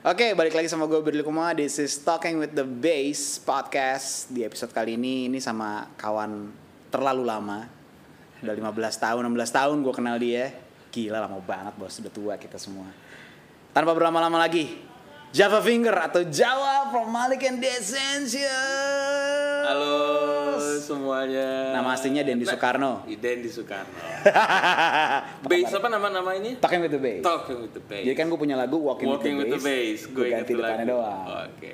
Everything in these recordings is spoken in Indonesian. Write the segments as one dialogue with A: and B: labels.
A: Oke, balik lagi sama gue Berli Kumala. This is Talking with the Base podcast. Di episode kali ini, ini sama kawan terlalu lama. Udah 15 tahun, 16 tahun gue kenal dia. Gila lama banget bos, udah tua kita semua. Tanpa berlama-lama lagi, Java Finger atau Jawa from Malik and the Essentials.
B: Halo semuanya.
A: Nama aslinya Dendi Soekarno.
B: Dendi Soekarno.
A: Apa
B: Base
A: kabar?
B: apa nama namanya?
A: Talking with the Base.
B: Talking with the Bass.
A: Jadi kan gue punya lagu Walking,
B: Walking with the Bass.
A: Gue
B: Gue
A: ganti
B: inget
A: depannya
B: lagu. Oh,
A: doang.
B: Oke.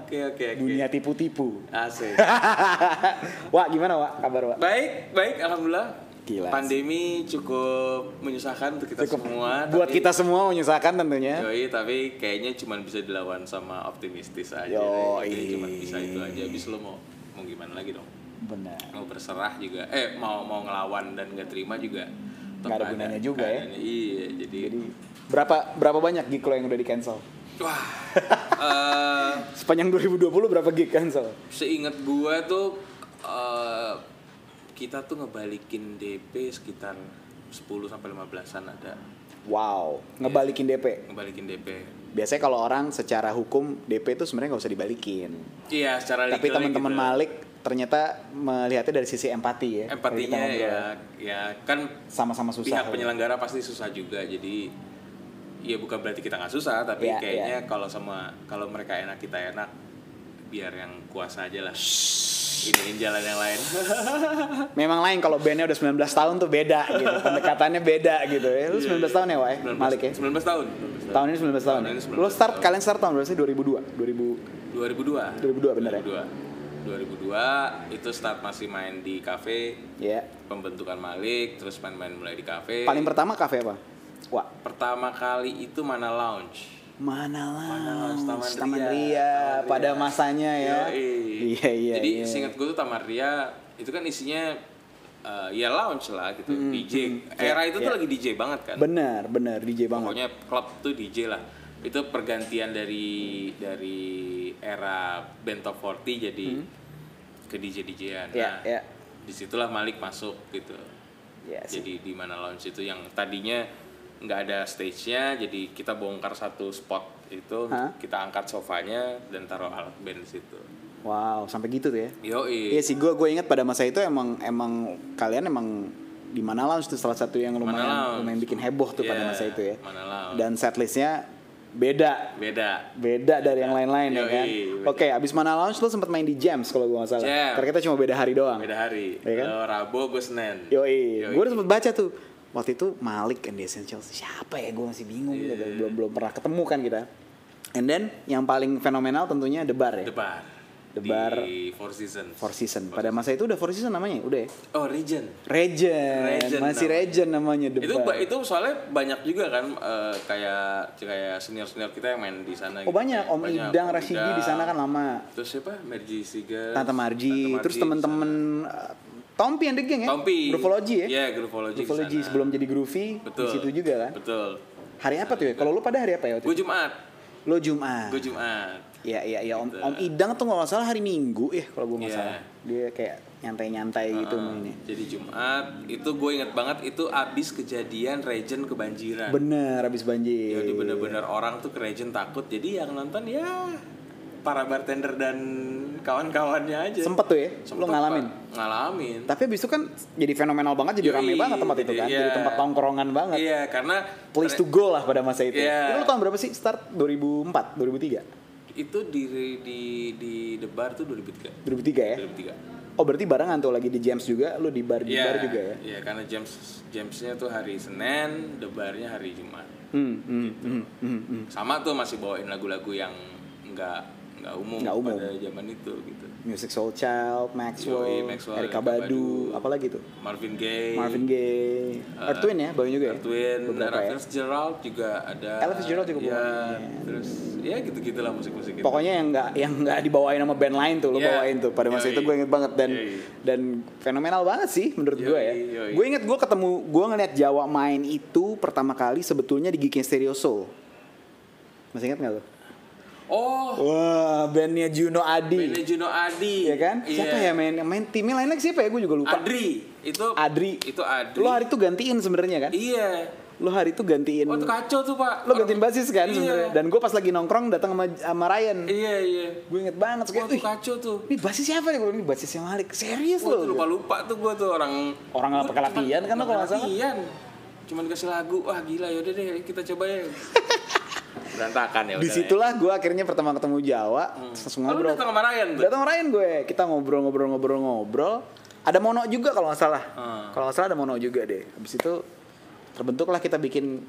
B: Oke oke oke.
A: Dunia tipu-tipu.
B: Asik.
A: Wak, gimana Wak? Kabar Wak?
B: baik baik alhamdulillah.
A: Gila.
B: Pandemi cukup menyusahkan untuk kita
A: Cukup
B: semua.
A: buat
B: tapi-
A: kita semua menyusahkan tentunya.
B: Yoi, tapi kayaknya cuma bisa dilawan sama optimistis aja.
A: Yoi.
B: Jadi Cuma bisa itu aja. Abis lo mau mau gimana lagi dong?
A: Benar.
B: mau berserah juga eh mau mau ngelawan dan nggak terima juga tetap
A: Nggak ada gunanya juga ya.
B: keadaannya. iya jadi,
A: Jadi berapa berapa banyak gig lo yang udah di cancel?
B: wah eh,
A: Sepanjang 2020 berapa gig cancel?
B: seingat gua tuh eh, kita tuh ngebalikin DP sekitar 10 sampai 15-an ada
A: Wow, ngebalikin DP.
B: ngebalikin DP
A: Biasanya kalau orang secara hukum DP itu sebenarnya nggak usah dibalikin.
B: iya secara
A: Tapi
B: legalnya
A: teman-teman
B: gitu.
A: Malik ternyata melihatnya dari sisi empati ya.
B: empatinya
A: Tadi kita
B: ya
A: ngobrol.
B: ya kan
A: sama-sama susah. ya.
B: pihak penyelenggara pasti susah juga jadi ya bukan berarti kita nggak susah tapi
A: Iya,
B: kayaknya kalau sama kalau mereka enak kita enak biar yang kuasa aja lah iniin jalan yang lain
A: Memang lain kalau bandnya udah 19 tahun tuh beda gitu. Pendekatannya beda gitu ya.
B: Iya,
A: Lu 19 tahun ya, Wak?
B: 19,
A: Malik ya?
B: 19 tahun
A: Tahun ini 19 tahun.
B: Tahun
A: ya?
B: ini 19
A: Lo start
B: tahun.
A: kalian start tahun berapa sih? 2002. 2000.
B: 2002
A: 2002 bener ya?
B: 2002 2002 itu start masih main di kafe
A: Ya.
B: pembentukan Malik terus main-main mulai di kafe
A: Paling pertama kafe apa? Wah,
B: pertama kali itu mana lounge
A: mana lah?
B: Mana Lounge, Taman
A: Taman
B: Ria.
A: Ria,
B: Taman
A: pada
B: Ria.
A: masanya ya.
B: Yoi.
A: Iya, iya.
B: Jadi
A: iya.
B: seingat gue tuh Taman Ria itu kan isinya eh, ya lounge lah gitu,
A: Mm-hmm.
B: DJ. Era itu tuh lagi DJ banget kan.
A: Benar, benar DJ Iya. banget.
B: Pokoknya klub tuh DJ lah. Itu pergantian dari dari era Bento 40 jadi ke DJ DJan.
A: Mm-hmm. Iya, iya.
B: Nah, disitulah Malik masuk gitu.
A: Yes.
B: Jadi di mana lounge itu yang tadinya nggak ada stage-nya, jadi kita bongkar satu spot itu,
A: Hah?
B: kita angkat sofanya dan taruh alat band di situ.
A: Wow, sampai gitu tuh ya.
B: Yoi.
A: Iya sih, gue gue ingat pada masa itu emang emang kalian emang di mana lounge itu salah satu yang
B: Mana
A: lumayan
B: Lounge.
A: lumayan bikin heboh tuh pada
B: Iya,
A: masa itu ya.
B: Mana Lounge.
A: Dan setlistnya beda
B: beda
A: beda dari yang lain-lain ya
B: Yoi,
A: kan.
B: beda.
A: Oke, abis mana launch lo sempat main di Jams kalau gue nggak salah.
B: Jams.
A: Karena kita cuma beda hari doang.
B: beda hari
A: Iya kan?
B: Lo Rabu gue Senin
A: Yoi, gue udah sempat baca tuh. Waktu itu Malik and the Essentials siapa ya gue masih bingung gitu. belum belum pernah ketemu kan kita. And then yang paling fenomenal tentunya The Bar ya.
B: debar
A: The Bar.
B: di Four Seasons
A: Four Season. Pada masa itu udah Four Season namanya, ya? udah ya.
B: oh Regent
A: Regent,
B: Regent
A: masih
B: namanya.
A: Regent namanya The
B: itu
A: Bar.
B: ba- itu soalnya banyak juga kan eh, kayak kayak senior senior kita yang main di
A: oh
B: sana gitu.
A: banyak Om
B: Banyak,
A: Idang
B: Om
A: Rashidi
B: Idang.
A: di sana kan lama.
B: terus siapa Merji Siga
A: Tante Marji, terus
B: di
A: temen-temen uh, Tompi and the Gang
B: sana.
A: ya.
B: Tompi
A: Groovology ya.
B: iya Groovology di
A: Groovology
B: sana.
A: sebelum jadi groovy
B: betul
A: di situ juga kan.
B: betul
A: Hari apa tuh ya? Kalau lu pada hari apa ya waktu
B: gue
A: itu?
B: Jumat
A: Lo Jumat.
B: gue Jumat
A: Ya ya ya Om Om Idang tuh nggak masalah hari Minggu ya kalau gue nggak
B: Gitu. Iya.
A: salah. Dia kayak nyantai-nyantai gitu mainnya.
B: Ah, jadi Jumat itu gue inget banget itu abis kejadian Regent kebanjiran
A: Bener habis banjir.
B: Jadi bener-bener orang tuh ke Regent takut. Jadi yang nonton ya para bartender dan kawan-kawannya aja.
A: Sempet tuh ya? Lo ngalamin?
B: Pak. Ngalamin.
A: Tapi abis itu kan jadi fenomenal banget, jadi rame
B: Yoi,
A: banget tempat itu
B: jadi-
A: kan,
B: iya.
A: jadi tempat tongkrongan banget.
B: Iya, karena
A: Place to go lah pada masa itu.
B: Iya.
A: Itu lo tahun berapa sih? Start 2004, 2003,
B: itu di di di The Bar tuh 2003.
A: 2003 ya.
B: 2003.
A: Oh berarti barengan tuh lagi di James juga, lo di bar di
B: Iya.
A: bar juga ya?
B: Iya, karena James Jamesnya tuh hari Senin, The Barnya hari Jumat.
A: Hmm, hmm, hmm, hmm, hmm.
B: Sama tuh masih bawain lagu-lagu yang nggak nggak umum,
A: Nggak umum.
B: pada zaman itu gitu.
A: Music Soul Child, Maxwell,
B: Yoi, Maxwell,
A: Erika
B: Erykah
A: Badu,
B: Badu.
A: apalagi tuh?
B: Marvin Gaye.
A: Marvin Gaye,
B: Eh,
A: Earth Twin ya, baru juga ya?
B: Twin,
A: Beberapa
B: Nara
A: ya.
B: Fitzgerald juga ada.
A: Ella Fitzgerald juga
B: ya,
A: bawain, ya.
B: Terus ya gitu-gitulah musik-musik itu.
A: Pokoknya yang nggak yang nggak dibawain sama band lain tuh, lo
B: Iya.
A: bawain tuh. Pada masa
B: Yoi.
A: itu gue inget banget dan
B: Yoi.
A: dan fenomenal banget sih menurut gue
B: Yoi,
A: ya.
B: yoi.
A: Gue inget gue ketemu gue ngeliat Jawa main itu pertama kali sebetulnya di gignya Stereo Soul. Masih inget nggak lo?
B: Oh,
A: Wah, bandnya Juno
B: Bene
A: Adi,
B: Juno Adi.
A: ya
B: Iya.
A: kan? Siapa ya main yang main timnya lain lagi siapa ya? Gue juga lupa.
B: Adri. Itu
A: Adri.
B: Itu Adri.
A: Lo hari itu gantiin sebenarnya kan?
B: Iya.
A: lo hari itu gantiin
B: Oh itu kacau tuh pak.
A: lo gantiin
B: Orang-
A: basis kan
B: Iya.
A: sebenarnya dan gue pas lagi nongkrong datang sama, sama Ryan
B: Iya iya.
A: gue inget banget
B: Wah
A: kayak,
B: itu
A: "Wih,
B: kacau tuh.
A: ini basis siapa nih gue bilang, ini basisnya Malik serius
B: Wah, tuh
A: lo
B: lupa lupa tuh gue tuh orang.
A: Orang nggak
B: Gua
A: pakai
B: cuman-
A: latihan kan lo
B: nggak
A: kalau
B: pakai
A: nggak salah.
B: Latihan. Cuman kasih lagu, wah gila yaudah deh kita coba ya. Berantakan ya. udah ya.
A: disitulah gue akhirnya pertama ketemu Jawa terus langsung
B: Oh, lu
A: ngobrol
B: datang sama Ryan tuh?
A: datang sama Ryan gue kita ngobrol ngobrol ngobrol ngobrol ada mono juga kalau nggak salah
B: Hmm.
A: kalau nggak salah ada mono juga deh habis itu terbentuklah kita bikin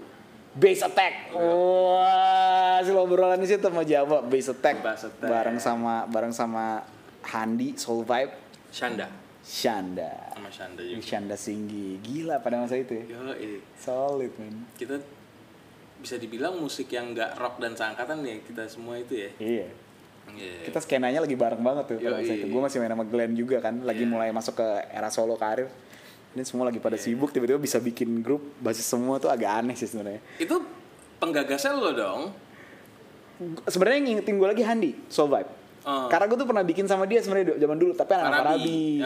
A: base attack
B: Iya.
A: wah hasil obrolan di situ sama Jawa base attack,
B: Base attack.
A: bareng sama bareng sama Handi Soul Vibe
B: ya. Shanda.
A: Shanda
B: Sama Shanda juga.
A: Shanda Singgi gila pada masa itu ya.
B: Yo, eh.
A: solid man
B: kita bisa dibilang musik yang nggak rock dan seangkatan ya kita semua itu ya.
A: iya
B: Iya.
A: kita skenanya lagi bareng banget tuh pada
B: Yoi. Iya.
A: masa itu. Gue masih main sama Glenn juga kan, lagi mulai masuk ke era solo karir. Ini semua lagi
B: Iya.
A: pada sibuk, tiba-tiba bisa bikin grup basis semua tuh agak aneh sih sebenarnya.
B: Itu penggagasnya lo dong.
A: Sebenarnya yang ngingetin gue lagi Handi, Soul Vibe.
B: Oh.
A: Karena gue tuh pernah bikin sama dia sebenarnya du- zaman dulu, tapi anak
B: Farabi. Hmm.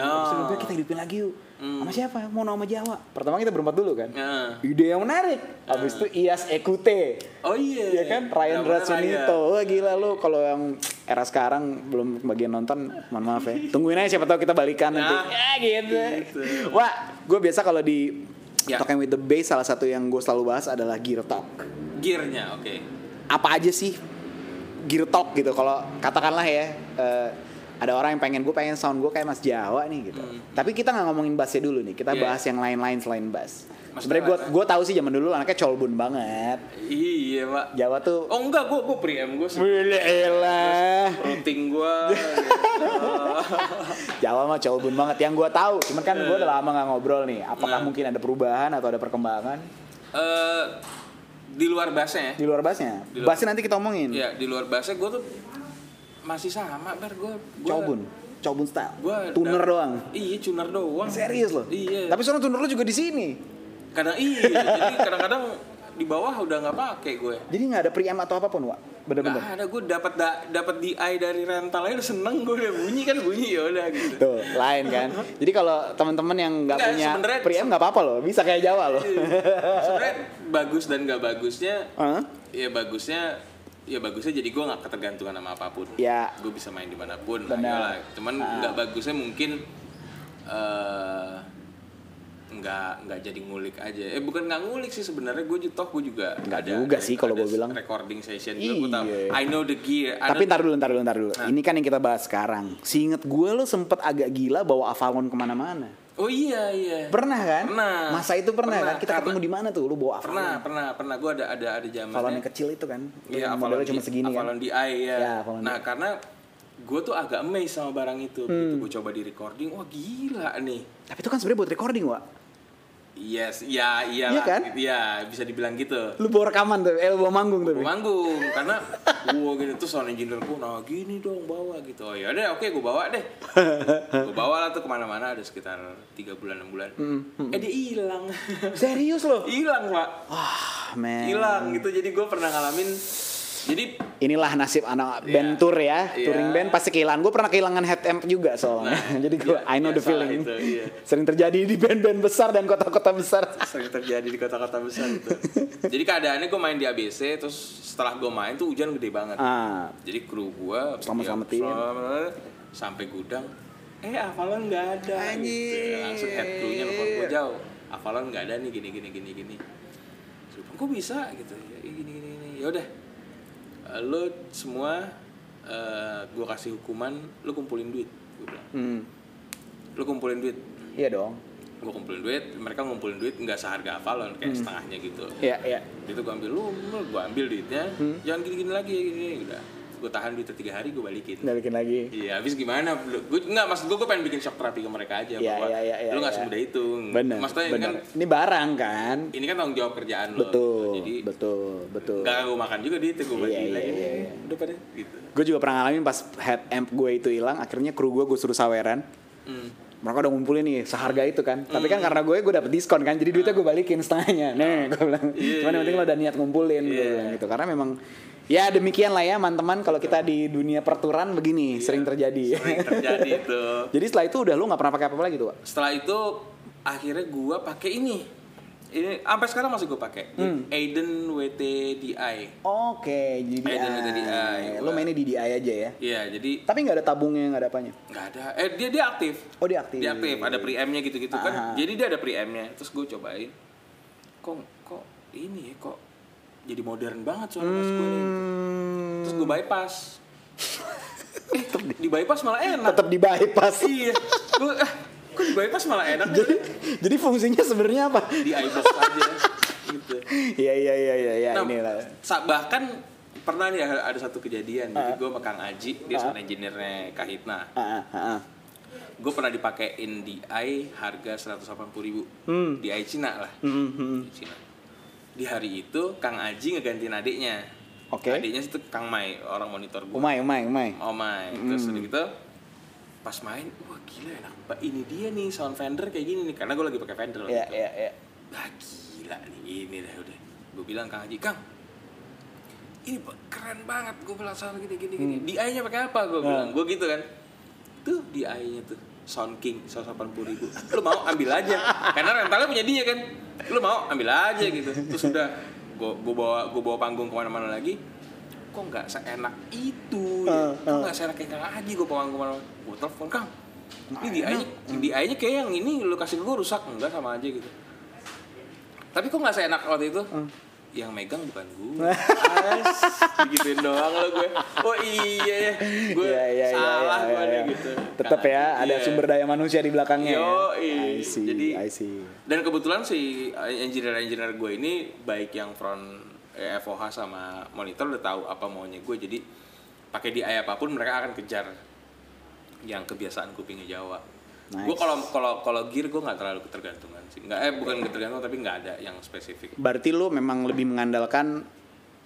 A: Farabi.
B: Oh.
A: Terus dia bilang, kita hidupin lagi yuk. Sama siapa? Mau sama Jawa. Pertama kita berempat dulu kan.
B: Nah.
A: Ide yang menarik.
B: Ah.
A: Abis itu Ias Ekute.
B: Oh iya.
A: Iya kan Ryan
B: Bener-bener
A: Ratsunito.
B: Ryan.
A: Wah gila lu kalau yang era sekarang belum bagian nonton, mohon maaf ya. Tungguin aja siapa tahu kita balikan nanti.
B: Nah,
A: Ya gitu.
B: gitu.
A: Wah, gue biasa kalau di
B: Ya.
A: Talking with the Bass salah satu yang gue selalu bahas adalah gear talk.
B: Gearnya, oke.
A: Apa aja sih gear talk gitu kalau katakanlah ya eh, ada orang yang pengen gue pengen sound gue kayak Mas Jawa nih gitu. Tapi kita nggak ngomongin bassnya dulu nih. Kita
B: Hmm. Iya.
A: bahas yang lain-lain selain bass.
B: Mas
A: Sebenarnya gue
B: Jawa, ya?
A: gue tahu sih zaman dulu anaknya colbun banget.
B: Iya pak.
A: Jawa tuh
B: Oh enggak, gue gue priam gue sih.
A: Wih, elah.
B: Routing gue.
A: Jawa mah colbun banget yang gua tahu. Cuman kan gua udah lama nggak ngobrol nih.
B: Nah.
A: Apakah mungkin ada perubahan atau ada perkembangan
B: Eh di luar bassnya ya.
A: di luar bassnya?
B: Di luar-
A: Bassnya nanti kita omongin.
B: Iya di luar bassnya gue tuh masih sama ber gue.
A: Colbun, colbun style.
B: Gue
A: tuner doang.
B: Iya tuner doang.
A: Serius loh.
B: Iya.
A: Tapi soalnya tuner lu juga di sini.
B: kadang iya. jadi kadang-kadang di bawah udah nggak pakai gue.
A: Jadi nggak ada preamp atau apapun, Wak. Bener-bener.
B: Nggak ada gue dapat da, dapat DI dari rental aja udah seneng gue udah bunyi kan bunyi ya udah gitu.
A: Tuh, lain kan. Jadi kalau teman-teman yang nggak
B: Nggak,
A: punya
B: sebenarnya- Iya.
A: preamp nggak apa-apa loh. Bisa kayak Jawa loh.
B: Sebenarnya bagus dan nggak bagusnya
A: Hah?
B: ya bagusnya ya bagusnya jadi gue nggak ketergantungan sama apapun
A: Ya.
B: gue bisa main dimanapun
A: Benar. Ah.
B: ayolah cuman nggak bagusnya mungkin eh, nggak nggak jadi ngulik aja eh bukan nggak ngulik sih sebenarnya gue juga toh gue juga
A: Nggak juga sih kalau
B: ada
A: gue bilang.
B: recording session juga gue tahu
A: Iya.
B: I know the gear I
A: Tapi
B: know-
A: ntar dulu, ntar dulu, ntar dulu.
B: Nah.
A: Ini kan yang kita bahas sekarang. Seinget gue lo sempet agak gila bawa Avalon kemana-mana.
B: oh iya iya
A: Pernah kan?
B: Pernah.
A: Masa itu pernah,
B: Pernah,
A: kan? Kita
B: karena-
A: ketemu di mana tuh? Lu bawa Avalon.
B: pernah pernah pernah gue ada ada ada zamannya
A: Avalon yang kecil itu kan.
B: Iya,
A: Yang
B: Avalon
A: modelnya cuma
B: D-
A: segini
B: Avalon
A: kan.
B: DI ya.
A: Ya, Avalon
B: nah, karena gue tuh agak amazed sama barang itu. Begitu
A: Hmm.
B: gue coba di recording, wah gila nih.
A: Tapi itu kan sebenarnya buat recording, Wak.
B: Yes, ya, iya,
A: Iya kan?
B: Iya, bisa dibilang gitu.
A: Lu bawa rekaman tuh, eh lu bawa manggung
B: Gue
A: tapi.
B: manggung karena gue gitu tuh sound engineer gue, nah gini dong bawa gitu. Oh ya deh, oke gue bawa deh. gue bawa lah tuh kemana-mana ada sekitar tiga bulan enam bulan.
A: Hmm,
B: Eh dia hilang,
A: Serius lo?
B: hilang pak,
A: Ah, man.
B: hilang gitu. Jadi gue pernah ngalamin. Jadi
A: Inilah nasib anak
B: Iya.
A: band tour ya.
B: Iya.
A: Touring band pasti kehilangan. Gue pernah kehilangan head amp juga soalnya.
B: Nah,
A: Jadi gue
B: iya,
A: I know the
B: biasa
A: feeling.
B: itu, iya.
A: Sering terjadi di band-band besar dan kota-kota besar.
B: sering terjadi di kota-kota besar itu. Jadi keadaannya gue main di ABC, terus setelah gue main tuh hujan gede banget.
A: ah,
B: Jadi kru gue
A: Selamat-selamatin.
B: sampai gudang. Eh Avalon nggak ada. ya,
A: Anjir.
B: Langsung head crew-nya nelfon gue jauh. Avalon nggak ada nih gini gini gini gini. Terus gue, kok bisa gitu? Ya iya, gini gini gini. Yaudah, Eh, lo semua eh gue kasih hukuman, lo kumpulin duit. Gue bilang,
A: hmm.
B: lo kumpulin duit.
A: Iya dong.
B: Gue kumpulin duit, mereka ngumpulin duit nggak seharga Avalon, kayak setengahnya gitu
A: Iya, iya.
B: itu gue ambil lu, lu gue ambil duitnya jangan gini-gini lagi ya gini udah gue tahan duitnya tiga hari gue balikin
A: Balikin lagi.
B: iya habis gimana gue nggak maksud gue gue pengen bikin shock terapi ke mereka aja
A: Iya,
B: bahwa
A: iya, iya, iya,
B: lu nggak
A: iya.
B: semudah itu
A: Bener.
B: maksudnya ini
A: bener.
B: kan
A: Ini barang kan.
B: ini kan tanggung jawab kerjaan lo
A: Betul,
B: gitu. jadi
A: betul, betul.
B: nggak gue makan juga duitnya gue
A: Iya,
B: balikin
A: iya,
B: lagi
A: iya, iya.
B: udah pada gitu
A: Gue juga pernah ngalamin pas head amp gue itu hilang, akhirnya kru gue gue suruh saweran.
B: Hmm.
A: Mereka udah ngumpulin nih seharga itu kan. Tapi kan karena gue gue dapet diskon kan, jadi duitnya gue
B: Ah.
A: balikin setengahnya. Nih, gue bilang. Cuman yang penting lo udah niat ngumpulin gue
B: Iya.
A: bilang gitu. Karena memang ya demikian lah ya teman-teman kalau kita di dunia perturan begini sering terjadi.
B: Iya. sering terjadi itu
A: jadi setelah itu udah lu nggak pernah pakai apa-apa lagi tuh, Wak?
B: setelah itu akhirnya gue pakai ini ini sampai sekarang masih gue pakai
A: Hmm.
B: Aiden WTDI
A: Oke, DDI.
B: Mainin di DDI,
A: Lo
B: gua.
A: mainnya DDI aja ya.
B: Iya, jadi
A: Tapi nggak ada tabungnya, nggak ada apanya.
B: nggak ada. Eh dia dia aktif.
A: Oh, dia aktif.
B: Dia aktif, ada preamp-nya gitu-gitu
A: Aha.
B: kan. Jadi dia ada preamp-nya. Terus gue cobain. Kok kok ini ya kok jadi modern banget soalnya mas gue nih. gitu. Terus gue bypass. eh, di bypass malah enak.
A: Tetap di bypass.
B: iya. Gue eh, kok di bypass malah enak nih?
A: jadi, jadi fungsinya sebenarnya apa?
B: di iBox aja gitu.
A: Iya iya iya iya ya,
B: Nah,
A: inilah.
B: sa- bahkan pernah nih ada satu kejadian. Jadi gue sama Kang Aji, dia sound engineer-nya Kahitna.
A: Ah, ah, ah.
B: gue pernah dipakein DI harga 180 ribu
A: Hmm.
B: DI Cina lah DI Cina di hari itu Kang Aji ngegantiin adiknya
A: Oke.
B: adiknya itu Kang Mai orang monitor gue
A: Umay, umay, umay.
B: Oh my, terus
A: Hmm.
B: udah gitu pas main, wah gila enak banget. Ini dia nih sound vendor kayak gini nih, karena gue lagi pakai vendor.
A: Iya,
B: gitu.
A: iya, iya.
B: Wah gila nih ini dah udah. Gue bilang Kang Haji, Kang, ini ba- keren banget. Gue bilang sound gini gini gini. Di nya pakai apa? Gue bilang, gue gitu kan. Tuh di nya tuh Sound King 180 ribu Lu mau ambil aja Karena rentalnya punya dia kan Lu mau ambil aja gitu Terus udah Gue bawa gua bawa panggung kemana-mana lagi Kok nggak seenak itu
A: Ah,
B: ya? Kok
A: ah.
B: nggak seenak kayak Kang Haji Gue panggung kemana-mana Gue telepon Kang Ini di nya di nya kayak yang ini Lu kasih ke gue rusak Enggak sama aja gitu tapi kok nggak seenak waktu itu? Yang megang bukan gue. As, digituin doang lo gue. Oh iya ya, gue
A: Iya, iya, iya,
B: salah
A: iya,
B: gue
A: iya,
B: nih
A: iya.
B: gitu. iya.
A: Tetap ya, ada sumber daya manusia di belakangnya. ya.
B: Yoi.
A: I see,
B: Jadi-
A: I see.
B: Dan kebetulan si engineer-engineer gue ini baik yang front eh, FOH sama monitor udah tahu apa maunya gue. Jadi pakai di apapun mereka akan kejar yang kebiasaan kupingnya Jawa.
A: Nice.
B: Gue kalau kalau kalau gear gue nggak terlalu ketergantungan sih. Nggak eh bukan ketergantungan tapi nggak ada yang spesifik.
A: Berarti lu memang lebih mengandalkan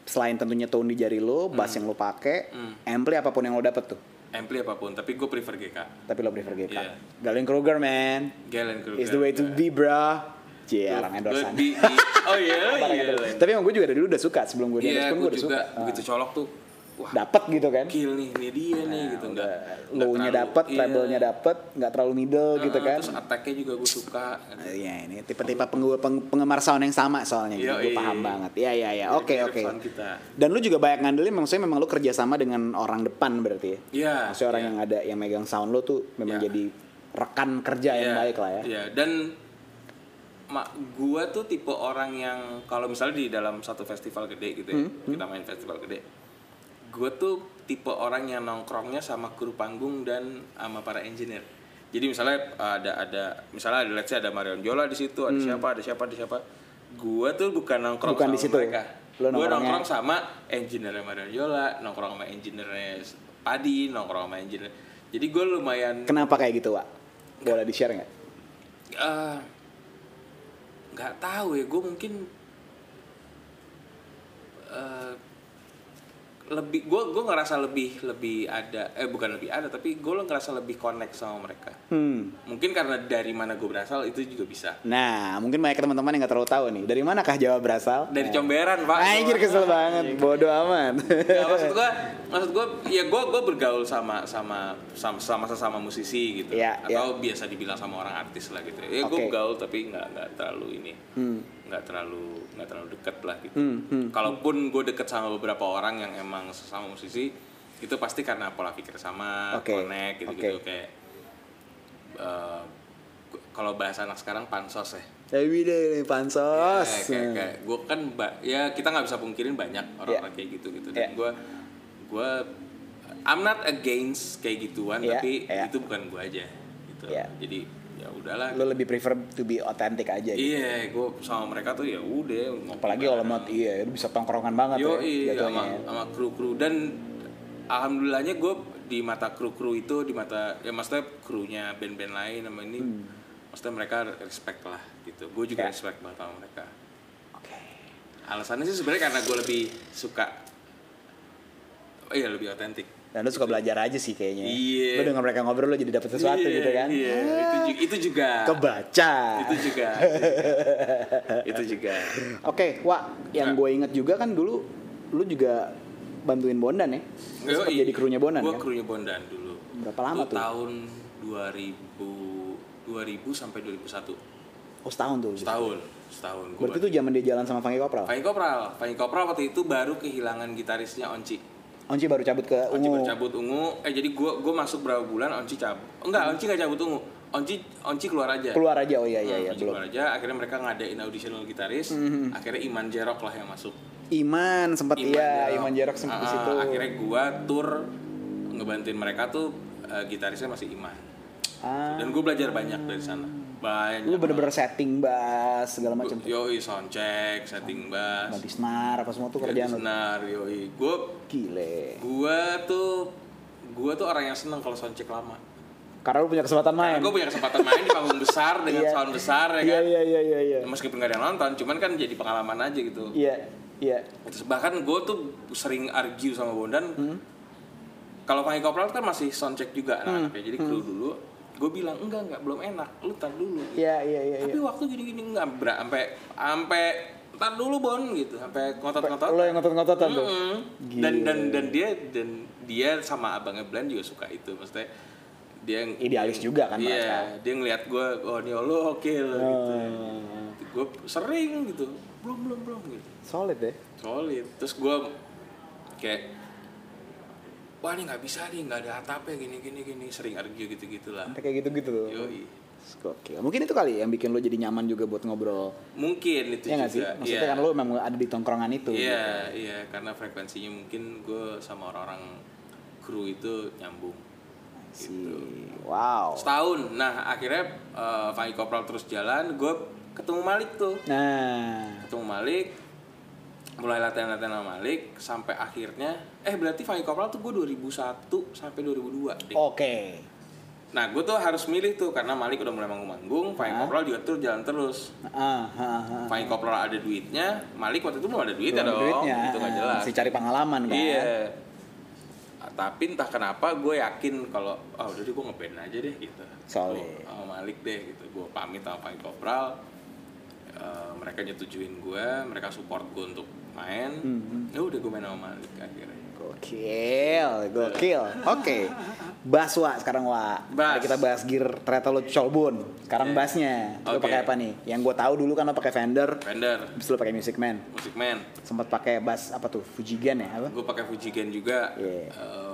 A: selain tentunya tone di jari lu, bass
B: Hmm.
A: yang lu pakai, ampli apapun yang lu dapet tuh.
B: Ampli apapun, tapi gue prefer GK.
A: Tapi lo prefer GK.
B: Iya.
A: Galen Kruger, man.
B: Galen Kruger. iya.
A: It's the way to be, bro. Cie, orang
B: Gue
A: endorsean.
B: di, di, oh iya,
A: Orang
B: iya.
A: endorse. gitu. Tapi emang gue juga dari dulu udah suka sebelum gue di endorse pun
B: Iya, gue
A: gue udah
B: juga
A: suka.
B: begitu colok tuh. Wah,
A: Dapat gitu kan.
B: kill nih, ini dia nih
A: Nah,
B: gitu enggak.
A: Low-nya dapet, treble-nya dapet, nggak terlalu middle gitu kan.
B: iya. Ah, nah, Terus attack-nya juga gue suka.
A: Iya ini tipe-tipe pengge- peng- penggemar sound yang sama soalnya gitu.
B: Yoi.
A: Gue paham banget. Iya iya iya.
B: Mirip-mirip
A: Oke oke.
B: sound kita.
A: Dan lu juga banyak ngandelin maksudnya memang lu kerja sama dengan orang depan berarti ya.
B: Iya.
A: Maksudnya orang
B: iya.
A: yang ada yang megang sound lu tuh memang
B: Iya.
A: jadi rekan kerja yang
B: Iya,
A: baik lah ya.
B: Iya, dan mak gua tuh tipe orang yang kalau misalnya di dalam satu festival gede gitu ya,
A: Hmm,
B: kita main festival gede. Gua tuh tipe orang yang nongkrongnya sama kru panggung dan sama para engineer. Jadi misalnya ada ada misalnya ada let's say ada Marion Jola di situ, ada siapa, ada siapa, ada siapa. Gua tuh bukan nongkrong
A: Hmm. Bukan
B: sama
A: di situ.
B: mereka.
A: Lu
B: Gua
A: nongkrongnya-
B: nongkrong sama engineer Marion Jola, nongkrong sama engineer Padi, nongkrong sama engineer. Jadi gue lumayan
A: Kenapa kayak gitu, Wak? Boleh di-share nggak?
B: Eh, nggak tahu ya gue mungkin eh, lebih gue gue ngerasa lebih lebih ada eh bukan lebih ada tapi gue ngerasa lebih connect sama mereka
A: Hmm.
B: mungkin karena dari mana gue berasal itu juga bisa
A: Nah, mungkin banyak teman-teman yang nggak terlalu tahu nih. Dari manakah Jawa berasal?
B: dari comberan pak
A: Oh. Anjir kesel banget, bodoh amat.
B: Nggak, maksud gue maksud gue ya gue gue bergaul sama sama sama sama sesama musisi gitu
A: Iya,
B: atau biasa dibilang sama orang artis lah gitu ya gue
A: Oke.
B: bergaul tapi nggak nggak terlalu ini nggak terlalu nggak terlalu deket lah gitu
A: Hmm, hmm.
B: kalaupun gue deket sama beberapa orang yang emang sesama musisi itu pasti karena pola pikir sama
A: Oke,
B: connect gitu gitu
A: oke.
B: kayak eh, gu- kalau bahasa anak sekarang pansos ya
A: Tapi deh pansos. Iya.
B: kayak kayak, kayak gue kan ba- ya kita nggak bisa pungkirin banyak orang-orang kayak gitu gitu dan
A: Yeah.
B: gue gue I'm not against kayak gituan
A: Yeah,
B: tapi
A: yeah.
B: itu bukan gue aja gitu
A: Yeah.
B: jadi ya udahlah
A: iya. Lu lebih prefer to be authentic aja gitu.
B: iya gue sama mereka tuh ya udah ngopi
A: Apalagi
B: bareng.
A: kalau mat iya, lu bisa tongkrongan banget ya.
B: yo iya
A: jatuhnya
B: sama
A: ya.
B: sama kru kru dan alhamdulillahnya gue di mata kru kru itu di mata ya maksudnya krunya band-band lain sama ini
A: Hmm.
B: maksudnya mereka respect lah gitu gue juga
A: Ya.
B: respect banget sama mereka
A: Oke.
B: Alasannya sih sebenarnya karena gue lebih suka oh iya lebih otentik.
A: Dan lu suka belajar aja sih kayaknya.
B: Iya.
A: Lu dengan mereka ngobrol lu jadi dapet sesuatu
B: Iya,
A: gitu kan.
B: Iya, itu ju- itu juga.
A: Kebaca.
B: Itu juga. itu juga.
A: Oke, Wak, yang
B: Nah.
A: gue inget juga kan dulu lu juga bantuin Bondan ya. Lu sempat jadi krunya Bondan
B: Gue
A: kan.
B: krunya Bondan dulu.
A: Berapa lama
B: iya. Gua
A: tuh?
B: Tahun 2000 2000 sampai 2001.
A: Oh setahun tuh.
B: setahun setahun gua
A: Berarti itu zaman dia jalan sama Fanny Kopral.
B: Fanny Kopral Fanny Kopral waktu itu baru kehilangan gitarisnya Onci
A: Onci baru cabut ke
B: Onci
A: Ungu.
B: baru cabut ungu eh jadi gua gua masuk berapa bulan Onci cabut enggak Onci nggak cabut ungu Onci Onci keluar aja
A: Keluar aja oh iya iya iya
B: ya? Hmm,
A: Mm-hmm.
B: Onci
A: belum.
B: keluar aja akhirnya mereka ngadain audisional gitaris akhirnya Iman Jerok lah yang masuk
A: Iman sempat iya
B: Jerok.
A: Iman Jarak sempat di
B: Ah,
A: situ.
B: akhirnya gua tur ngebantuin mereka tuh eh, gitarisnya masih Iman
A: Ah,
B: dan gue belajar banyak dari sana banyak
A: lu bener-bener setting bass segala macam. tuh.
B: Yoi soundcheck, setting bass,
A: Ganti senar apa semua tuh kerjaan lu.
B: Iya. senar, yoi. Gue
A: Gile.
B: gua tuh gua tuh orang yang seneng kalau soundcheck lama.
A: Karena lu punya kesempatan main.
B: Gue punya kesempatan main di panggung besar dengan
A: Iya.
B: sound besar ya
A: Iya
B: kan.
A: iya iya iya iya.
B: Meskipun gak ada yang nonton, cuman kan jadi pengalaman aja gitu.
A: Iya iya.
B: Terus bahkan gue tuh sering argue sama Bondan.
A: Hmm?
B: Kalau Pangi Kopral kan masih soundcheck juga
A: Hmm.
B: anak-anaknya. Jadi kru dulu gue bilang enggak enggak belum enak, lu tar dulu. Gitu.
A: Iya iya iya iya.
B: Tapi waktu gini-gini enggak berat sampai sampai tar dulu Bon gitu, sampai ngotot-ngotot.
A: Lo yang ngotot-ngototan tuh.
B: Mm-mm. Mm. Dan dan dan dia dan dia sama abangnya Blan juga suka itu maksudnya dia yang-
A: Idealis juga kan
B: Iya,
A: mereka.
B: dia ngelihat gue oh ini lo oke
A: Ah,
B: lo gitu.
A: Hmm,
B: Gue sering gitu. Belum belum belum gitu.
A: Solid deh.
B: Solid. Terus gue kayak wah ini nggak bisa nih nggak ada atapnya gini gini gini sering argue gitu gitulah.
A: Sampai kayak gitu-gitu tuh.
B: Yoi.
A: Gokil. Mungkin itu kali ya yang bikin lo jadi nyaman juga buat ngobrol.
B: Mungkin
A: Iya
B: itu juga.
A: nggak sih? Maksudnya
B: Iya.
A: kan lo memang ada di tongkrongan itu. gitu.
B: Iya, iya, karena frekuensinya mungkin gue sama orang-orang kru itu nyambung. Gitu.
A: Si. Wow.
B: Setahun. Nah, akhirnya eh Fanny Kopral terus jalan, gue ketemu Malik tuh.
A: Nah,
B: Ketemu Malik, mulai latihan-latihan sama Malik sampai akhirnya eh berarti Fanny Kopral tuh gue 2001 sampai 2002 deh.
A: oke.
B: Nah, gue tuh harus milih tuh karena Malik udah mulai manggung-manggung, Fanny Kopral juga tuh jalan terus.
A: Ah, ah, ah.
B: Fanny Kopral ada duitnya, Malik waktu itu belum ada duitnya
A: Belum
B: dong.
A: duitnya,
B: Itu gak
A: ah,
B: jelas.
A: Masih cari pengalaman kan.
B: Iya. Ah, Tapi entah kenapa gue yakin kalau ah udah deh gue ngeband aja deh gitu.
A: Solid.
B: Gue sama Malik deh gitu. Gue pamit sama Pak Kopral. Eh, mereka nyetujuin gue, mereka support gue untuk main.
A: Mhm.
B: Ya udah gue main sama Malik akhirnya.
A: Gokil, gokil. Oke. Bass wa sekarang wa.
B: Bass.
A: Tadi Kita bahas gear ternyata lo colbun. Sekarang bassnya. Lo
B: Iya. Oke.
A: pakai apa nih? Yang gue tahu dulu kan lo pakai Fender.
B: Fender,
A: Habis lo pakai Music Man.
B: Music Man.
A: Sempat pakai bass apa tuh? Fujigen ya apa?
B: Gue pakai Fujigen juga.
A: Iya.
B: Eh,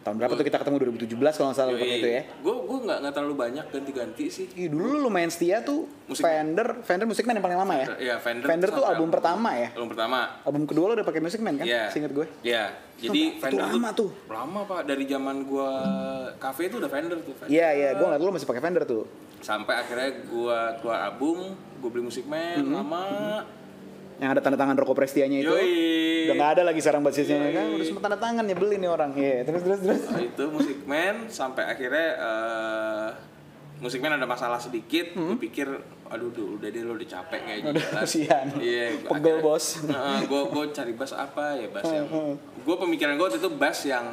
A: Tahun berapa tuh kita ketemu 2017 kalau nggak salah lo pakai itu ya?
B: Gue gue nggak nggak terlalu banyak ganti-ganti sih.
A: Ih, dulu lo lumayan setia tuh
B: Music
A: Fender, Fender Music Man yang paling lama ya?
B: Iya, Fender
A: Fender tuh
B: sampai
A: album pertama ya?
B: Album pertama
A: Album kedua lo udah pakai Music Man kan?
B: Iya.
A: Seinget gue.
B: Iya. Jadi
A: Itu lama tuh.
B: Lama Pak, dari zaman gua kafe itu udah Fender tuh. Fender.
A: Iya iya, gue ngeliat lo masih pakai Fender tuh.
B: Sampai akhirnya gua keluar album, gua beli musik man lama.
A: Yang ada tanda tangan Roko Prestianya Mm-hmm. itu.
B: Yoi.
A: Udah nggak ada lagi sarang basisnya
B: Yoi.
A: kan? Udah sempet tanda tangan ya beli nih orang. Iya, terus terus terus.
B: Nah, itu musik man sampai akhirnya eh musik man ada masalah sedikit, gua pikir aduh udah, udah deh lo udah capek kayaknya.
A: Hmm. Udah
B: jalan.
A: kasihan.
B: Iya, gua
A: Pegel,
B: akhirnya-
A: Bos. Hmm,
B: Heeh, gua gua cari bass apa ya bass yang gua pemikiran gua waktu itu bass yang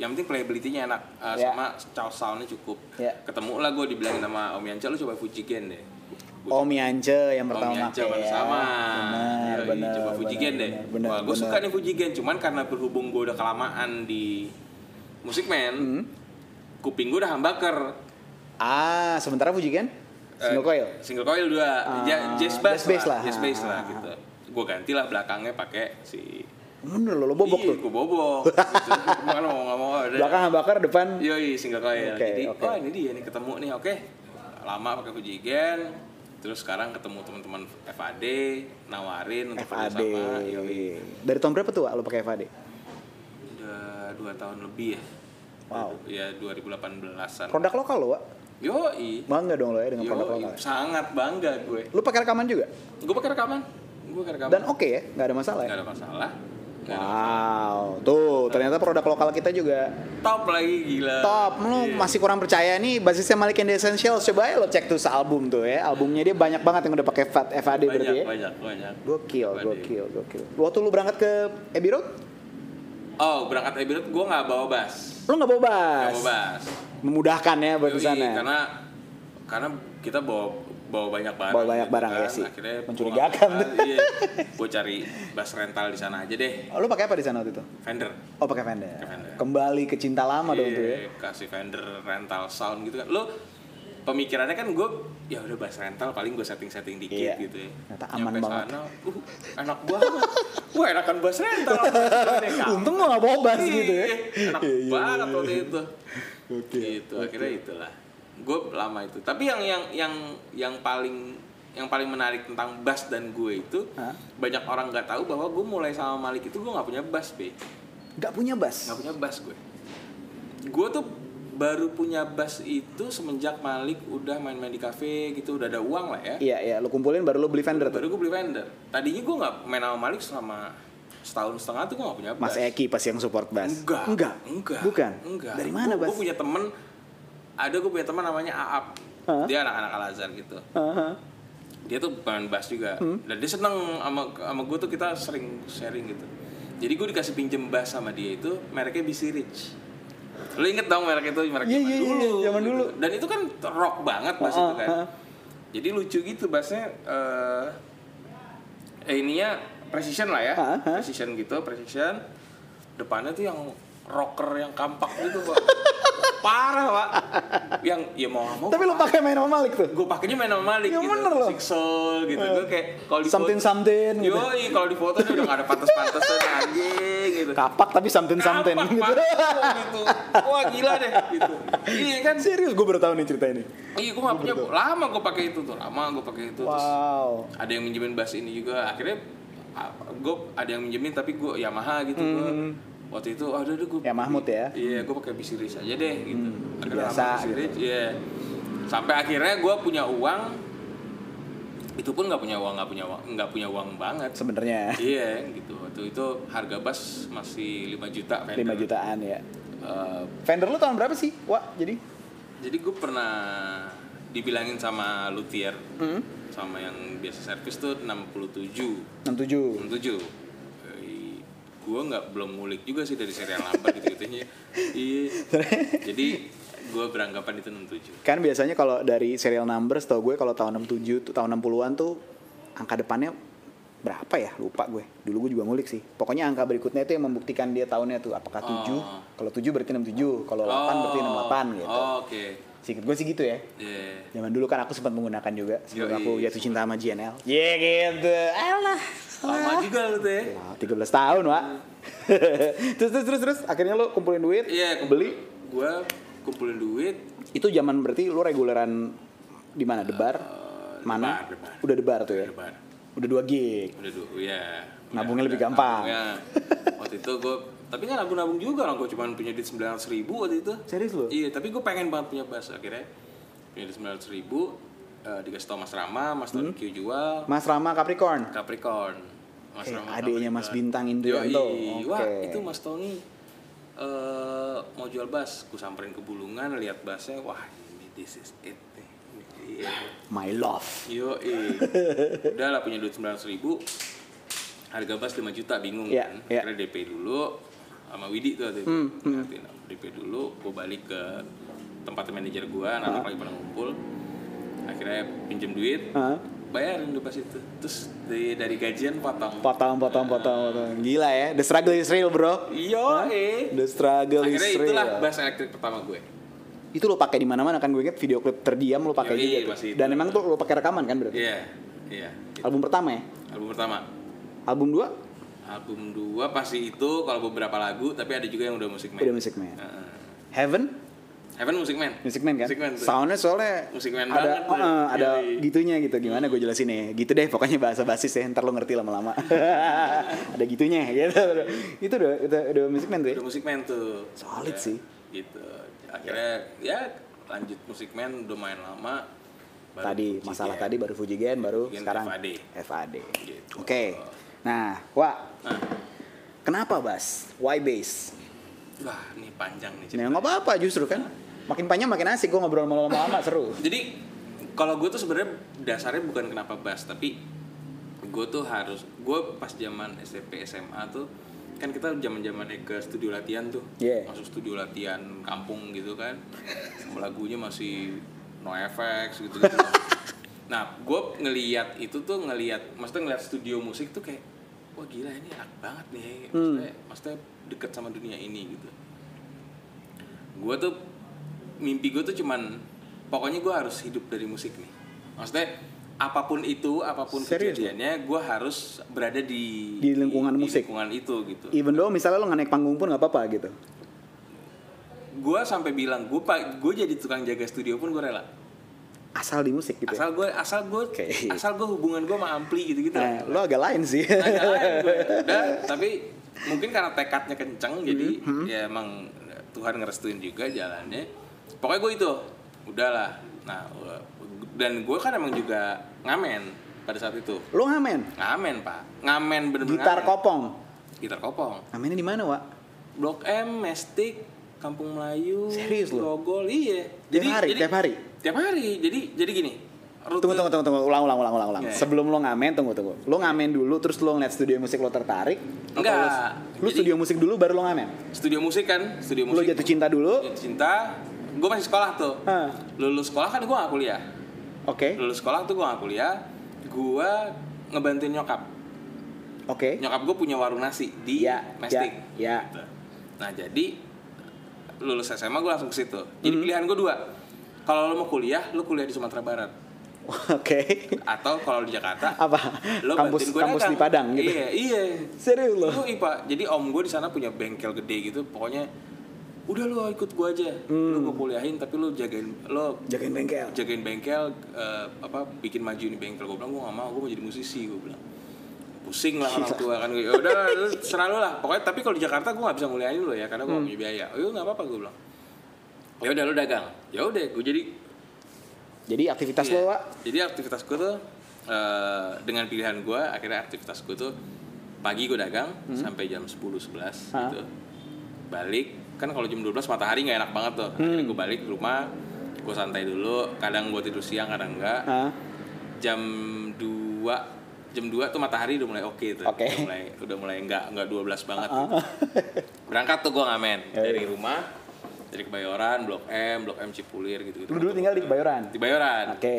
B: yang penting playability-nya enak eh,
A: Ya.
B: sama sound soundnya cukup.
A: Ya.
B: Ketemu lah gua dibilangin sama Om Yanca lu coba Fujigen deh. Gua
A: Om Yance yang pertama
B: Om Yanca
A: pakai
B: baru
A: ya.
B: sama.
A: Benar,
B: Yoi,
A: benar.
B: Coba Fujigen deh.
A: Benar,
B: Wah, gue
A: benar.
B: suka nih Fujigen, cuman karena berhubung gue udah kelamaan di Musik
A: Hmm.
B: Man, kuping gue udah humbucker.
A: Ah, sementara Fujigen? Single
B: Eh,
A: coil.
B: Single coil dua,
A: Ah,
B: Ja- jazz
A: jazz
B: bass,
A: bass lah.
B: jazz bass
A: Ah,
B: lah
A: ah,
B: gitu. Gue gantilah belakangnya pakai si
A: Bener lo, lo bobok tuh.
B: Gue bobok. gitu. Gimana mau nggak mau ada.
A: Belakang bakar, depan.
B: "Oh, Yoi, single coil.
A: Oke,
B: Jadi,
A: oke.
B: oh ini dia nih ketemu nih, oke. Lama pakai Fujigen, terus sekarang ketemu teman-teman FAD, nawarin untuk
A: FAD.
B: kerjasama. Yoi.
A: Dari tahun berapa tuh Wak, lo pakai FAD?
B: Udah dua tahun lebih ya.
A: Wow.
B: Ya 2018-an.
A: Produk lokal lo, Wak.
B: Yoi.
A: Bangga dong lo ya dengan produk
B: Yoi.
A: lokal.
B: Sangat bangga gue.
A: Lo pakai rekaman juga?
B: Gue pakai rekaman. Gue pakai rekaman.
A: Dan oke ya, nggak ada masalah ya?
B: Gak ada masalah. Gak ada-
A: Wow, tuh ternyata produk lokal kita juga
B: Top lagi gila.
A: top. Lo
B: Iya.
A: masih kurang percaya nih basisnya Malik and the Essentials. Coba ya lo cek tuh album tuh ya. Albumnya dia banyak banget yang udah pakai FAD, FAD
B: banyak,
A: berarti ya.
B: banyak, banyak.
A: Gokil,
B: FAD.
A: gokil, gokil. Waktu lo berangkat ke Abbey Road,
B: Oh, berangkat Ebirat gue gak bawa bass.
A: lo nggak bawa
B: Gak
A: bass.
B: bawa bass.
A: Memudahkan ya buat di
B: Yoi,
A: sana.
B: Karena karena kita bawa bawa banyak barang.
A: Bawa banyak
B: gitu
A: barang, ya sih.
B: Akhirnya
A: Mencurigakan.
B: gua- ah, iya, gue cari bus rental di sana aja deh.
A: Oh, Lo pakai apa di sana waktu itu?
B: Fender.
A: Oh pakai Fender.
B: Pakai Fender.
A: Kembali ke cinta lama dong tuh ya.
B: Iya, kasih Fender rental sound gitu kan. Lo pemikirannya kan gue ya udah bahas rental paling gue setting-setting dikit
A: Iya.
B: gitu ya.
A: Ternyata aman
B: Nyampe
A: banget.
B: Sana, uh, enak banget. Gue enakan bahas rental.
A: Untung gua gak boba sih gitu ya.
B: Iya, Enak
A: Iya, iya,
B: banget
A: iya.
B: waktu itu.
A: Oke,
B: Gitu, akhirnya itulah. Gue lama itu. Tapi yang yang yang yang paling yang paling menarik tentang bass dan gue itu
A: Hah?
B: banyak orang nggak tahu bahwa gue mulai sama Malik itu gue nggak punya bass be
A: Gak punya bass.
B: nggak punya bass gue gue tuh baru punya bass itu semenjak Malik udah main-main di cafe gitu udah ada uang lah ya
A: Iya iya, lo kumpulin baru lo beli vendor tuh.
B: baru gue beli vendor tadinya gue nggak main sama Malik selama setahun setengah tuh gue nggak punya
A: Mas
B: bass
A: Eki pasti yang support bass.
B: enggak
A: Enggak.
B: enggak
A: Bukan.
B: enggak
A: Dari mana
B: gue
A: bass?
B: punya temen ada gue punya teman namanya Aap
A: Hah?
B: dia anak-anak Al Azhar gitu
A: Aha.
B: dia tuh pemain bass juga
A: Hmm.
B: dan dia seneng sama sama gue tuh kita sering sharing gitu jadi gue dikasih pinjem bass sama dia itu mereknya BC Rich lo inget dong merek itu merek
A: Iya,
B: zaman
A: iya, iya,
B: dulu
A: zaman
B: gitu.
A: dulu.
B: dan itu kan rock banget bass
A: Ah,
B: itu kan
A: ah, ah.
B: jadi lucu gitu bassnya eh eh, ininya precision lah ya
A: Ah, ah.
B: precision gitu precision depannya tuh yang rocker yang kampak gitu pak parah pak yang ya mau nggak mau
A: Tapi lo pakai main gitu? sama Malik tuh.
B: gue pakainya main sama Malik
A: Ya
B: gitu
A: bener loh.
B: Six Soul gitu gue kayak kalau di
A: Something something gitu.
B: gitu. Yoi, kalau di foto dia udah gak ada pantas-pantasnya anjing gitu.
A: Kapak tapi something something
B: Kapak,
A: gitu.
B: Pak. gitu. Wah gila deh gitu. Iya kan?
A: Serius gue baru tahu nih cerita ini.
B: Iya gue gak punya lama gue pakai itu tuh, lama gue pakai itu terus
A: Wow.
B: ada yang minjemin bass ini juga akhirnya gue ada yang minjemin tapi gue Yamaha gitu gue
A: Hmm.
B: waktu itu aduh aduh gue
A: Ya Mahmud ya.
B: Iya, gue pakai B-Series aja deh gitu.
A: biasa
B: Akhirnya sama B-Series, iya. Sampai akhirnya gue punya uang itu pun nggak punya uang nggak punya uang nggak punya uang banget
A: Sebenarnya
B: iya gitu waktu itu harga bas masih 5 juta kan
A: 5 jutaan ya.
B: Eh,
A: Vendor lo tahun berapa sih? Wah, jadi
B: jadi gue pernah dibilangin sama luthier
A: Hmm.
B: sama yang biasa servis tuh 67
A: 67.
B: 67 gue nggak belum ngulik juga sih dari serial lambat gitu gitunya iya jadi gue beranggapan itu 67
A: Kan biasanya kalau dari serial numbers tau gue kalau tahun 67 tuh tahun 60-an tuh angka depannya berapa ya? Lupa gue. Dulu gue juga ngulik sih. Pokoknya angka berikutnya itu yang membuktikan dia tahunnya tuh apakah 7.
B: Oh.
A: Kalau 7 berarti 67, kalau 8 berarti 68 gitu.
B: oh, oke
A: Sikit gue sih gitu ya.
B: Iya.
A: Zaman dulu kan aku sempat menggunakan juga sebelum
B: Yoi.
A: aku jatuh cinta sama GNL. Ya gitu. Alah.
B: lama juga lu tuh ya
A: Nah, 13 tahun, Pak. terus terus terus terus akhirnya lo kumpulin duit,
B: iya
A: beli.
B: gue kumpulin duit
A: Itu zaman berarti lo reguleran di mana? Debar?
B: Eh,
A: mana?
B: Debar, Debar.
A: Udah debar tuh ya.
B: lebar
A: Udah 2 gig.
B: udah dua ya
A: Nabungnya
B: Udah,
A: lebih
B: udah,
A: gampang.
B: nabungnya. waktu itu gue tapi kan nabung nabung juga orang gue cuma punya duit sembilan ratus ribu waktu itu
A: Serius lo?
B: Iya, tapi gue pengen banget punya bass akhirnya punya di sembilan ribu eh, dikasih tau Mas Rama, Mas
A: Hmm?
B: Tony Q jual
A: Mas Rama Capricorn.
B: Capricorn. Mas
A: Eh,
B: Rama
A: adiknya Mas
B: Capricorn.
A: Bintang Indrianto.
B: Yoi. Wah,
A: Oke.
B: itu Mas Tony eh, mau jual bass, gue samperin ke Bulungan, lihat bassnya, wah ini this is it nih. Iya.
A: My love.
B: Yo, udah lah punya duit sembilan ribu, harga bass 5 juta bingung
A: Iya,
B: kan,
A: iya.
B: akhirnya DP dulu sama Widi tuh waktu itu, Ngeliatin, DP dulu, gue balik ke tempat manajer gue, anak lagi pada ngumpul, akhirnya pinjem duit,
A: Hah?
B: bayarin tuh pas itu, terus dari, dari gajian potong.
A: Potong, potong, potong, potong. Gila ya. The struggle is real, bro.
B: Yo,
A: The struggle is
B: akhirnya
A: real.
B: itulah bass elektrik pertama gue.
A: Itu lo pakai di mana-mana kan gue inget video klip terdiam lo pakai
B: Yoi,
A: juga.
B: masih
A: tuh.
B: itu.
A: Dan emang tuh lo pakai rekaman kan berarti.
B: Iya, iya.
A: Album pertama ya?
B: Album pertama.
A: Album 2
B: Album dua pasti itu kalau beberapa lagu, tapi ada juga yang udah musik main. Ah,
A: udah Music Man.
B: Heeh.
A: Heaven
B: Heaven Music Man.
A: Music Man kan?
B: Music Man. tuh.
A: Soundnya soalnya
B: Music Man
A: ada,
B: banget tuh. Iya,
A: eh, ada
B: Yoi.
A: gitunya gitu. Gimana gue jelasin ya? Gitu deh pokoknya bahasa basis ya. Ntar lo ngerti lama-lama. ada gitunya gitu. Itu udah, udah, udah Music Man tuh ya?
B: Udah Music Man tuh.
A: Solid
B: Ya,
A: sih.
B: Gitu. Akhirnya ya lanjut Music Man udah main lama. baru
A: tadi
B: Fuji
A: masalah
B: Jam.
A: tadi baru Fujigen baru
B: Fujigen,
A: sekarang
B: FAD.
A: FAD.
B: Gitu.
A: Oke. Nah, Wak,
B: Nah,
A: kenapa Bas? Why bass?
B: wah ini panjang nih.
A: Nah,
B: cerita.
A: nggak apa-apa justru kan. Makin panjang makin asik gue ngobrol sama lo lama-lama seru.
B: Jadi kalau gue tuh sebenarnya dasarnya bukan kenapa bass tapi gue tuh harus gue pas zaman SMP SMA tuh kan kita zaman zamannya ke studio latihan tuh
A: Yeah.
B: masuk studio latihan kampung gitu kan lagunya masih no effects gitu, -gitu. nah gue ngeliat itu tuh ngeliat maksudnya ngeliat studio musik tuh kayak wah gila ini enak banget nih maksudnya, maksudnya deket sama dunia ini gitu gue tuh mimpi gue tuh cuman pokoknya gue harus hidup dari musik nih maksudnya apapun itu apapun
A: Serius?
B: kejadiannya gue harus berada di
A: Di lingkungan musik.
B: lingkungan itu gitu
A: Even though misalnya lo nggak naik panggung pun nggak apa-apa gitu.
B: gue sampai bilang gue gue jadi tukang jaga studio pun gue rela
A: Asal di musik gitu. ya.
B: asal gue asal gue
A: Oke.
B: asal gue hubungan gue sama ampli gitu gitu
A: Nah, lo agak lain sih.
B: Agak lain gue. Udah, Nah, tapi mungkin karena tekadnya kenceng jadi
A: Hmm.
B: ya emang Tuhan ngerestuin juga jalannya pokoknya gue itu udahlah nah gua- dan gue kan emang juga ngamen pada saat itu
A: lo ngamen?
B: ngamen pak ngamen bener-bener
A: Gitar
B: ngamen.
A: kopong.
B: gitar kopong
A: Ngamennya di mana, Wak?
B: blok M mestik kampung Melayu
A: Serius lo?
B: Grogol, iya
A: Tiap hari, tiap hari.
B: tiap hari jadi jadi gini rute-
A: Tunggu, tunggu, tunggu, tunggu. Ulang, ulang, ulang, ulang, ulang.
B: Oke.
A: Sebelum lo ngamen, tunggu, tunggu. Lo ngamen dulu, terus lo ngeliat studio musik lo tertarik? Atau
B: Enggak.
A: Lo, lo
B: Jadi-
A: studio musik dulu, baru lo ngamen?
B: studio musik kan studio
A: Lo
B: musik Iya.
A: jatuh cinta dulu?
B: Jatuh cinta gue masih sekolah tuh
A: Hah.
B: lulus sekolah kan gue gak kuliah
A: Oke,
B: lulus sekolah tuh gue gak kuliah gue ngebantuin nyokap
A: oke.
B: nyokap gue punya warung nasi di
A: Eh? Ya,
B: Mestik
A: ya, ya.
B: Gitu. nah jadi lulus SMA gue langsung ke situ jadi
A: Hmm.
B: pilihan gue dua kalau lo mau kuliah lo kuliah di Sumatera Barat
A: Oke.
B: atau kalau di Jakarta
A: Apa?
B: lo
A: Kampus
B: bantuin gue
A: kampus
B: dagang.
A: di Padang gitu.
B: iya iya
A: Serius lo?
B: Lu IPA. Jadi om gue di sana punya bengkel gede gitu. Pokoknya udah lu ikut gue aja. Lu
A: Hmm.
B: gue kuliahin tapi lu jagain lu
A: Jagain bengkel.
B: jagain bengkel eh, apa bikin maju nih bengkel gue bilang gue gak mau gue mau jadi musisi gue bilang pusing lah orang tua kan gue udah lah, lu serah lu lah pokoknya tapi kalau di Jakarta gue gak bisa nguliahin lo ya karena gue gak punya biaya oh nggak apa apa gue bilang ya udah lu dagang ya udah gue jadi
A: Jadi aktivitas
B: Iya.
A: lo, Wak?
B: Jadi aktivitas gue tuh eh, dengan pilihan gue akhirnya aktivitas gue tuh pagi gue dagang sampai jam 10
A: Hmm.
B: 11
A: Hah?
B: gitu. Balik kan kalau jam 12 matahari nggak enak banget tuh. Akhirnya
A: Hmm.
B: gue balik ke rumah, gue santai dulu, kadang gue tidur siang, kadang enggak.
A: Hah?
B: Jam 2 jam 2 tuh matahari udah mulai oke tuh.
A: Oke.
B: Udah mulai udah mulai enggak enggak 12 banget. Berangkat tuh gue ngamen
A: Iya,
B: dari rumah dari Kebayoran, Blok M, Blok M Cipulir gitu-gitu.
A: Lo dulu tinggal di Kebayoran?
B: Di Bayoran.
A: Oke.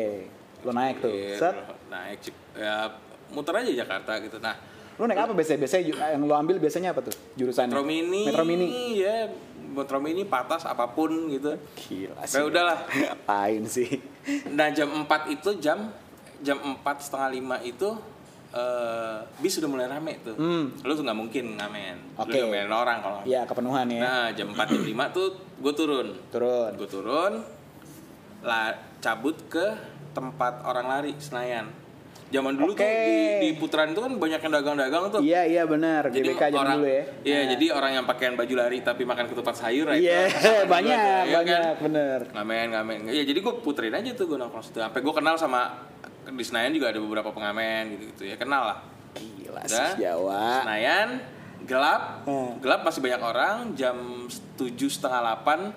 A: Lo naik tuh.
B: Iya,
A: Set.
B: naik cip, ya muter aja Jakarta gitu nah
A: Lo naik apa biasanya? Biasanya ju- eh, yang lo ambil biasanya apa tuh? Jurusannya?
B: Metro Mini
A: Metro Mini.
B: ya Metro Mini patas apapun gitu
A: Gila sih.
B: ya udahlah
A: Ngapain sih?
B: nah jam 4 itu jam jam empat setengah lima itu eh bis udah mulai rame tuh lu tuh nggak mungkin ngamen
A: Hmm. Oke.
B: lu ngamen orang kalau ngamen.
A: Ya, kepenuhan ya.
B: nah jam 4 jam 5 tuh gue turun
A: Turun.
B: gue turun la, cabut ke tempat orang lari Senayan zaman dulu tuh di,
A: Oke.
B: di putaran itu kan banyak yang dagang-dagang tuh
A: Iya, iya benar. GBK zaman
B: orang,
A: dulu ya.
B: Iya, jadi orang yang pakaian baju lari tapi makan ketupat sayur right?
A: Iya,
B: Orang dulu
A: banyak,
B: ada, iya kan?
A: banyak, bener.
B: Ngamen, ngamen. Iya, jadi gue puterin aja tuh gue nongkrong situ. Sampai gue kenal sama di Senayan juga ada beberapa pengamen gitu-gitu ya. Kenal lah.
A: Gila
B: Udah.
A: sih Jawa.
B: Senayan gelap,
A: Ah. Hmm.
B: gelap masih banyak orang. Jam tujuh setengah delapan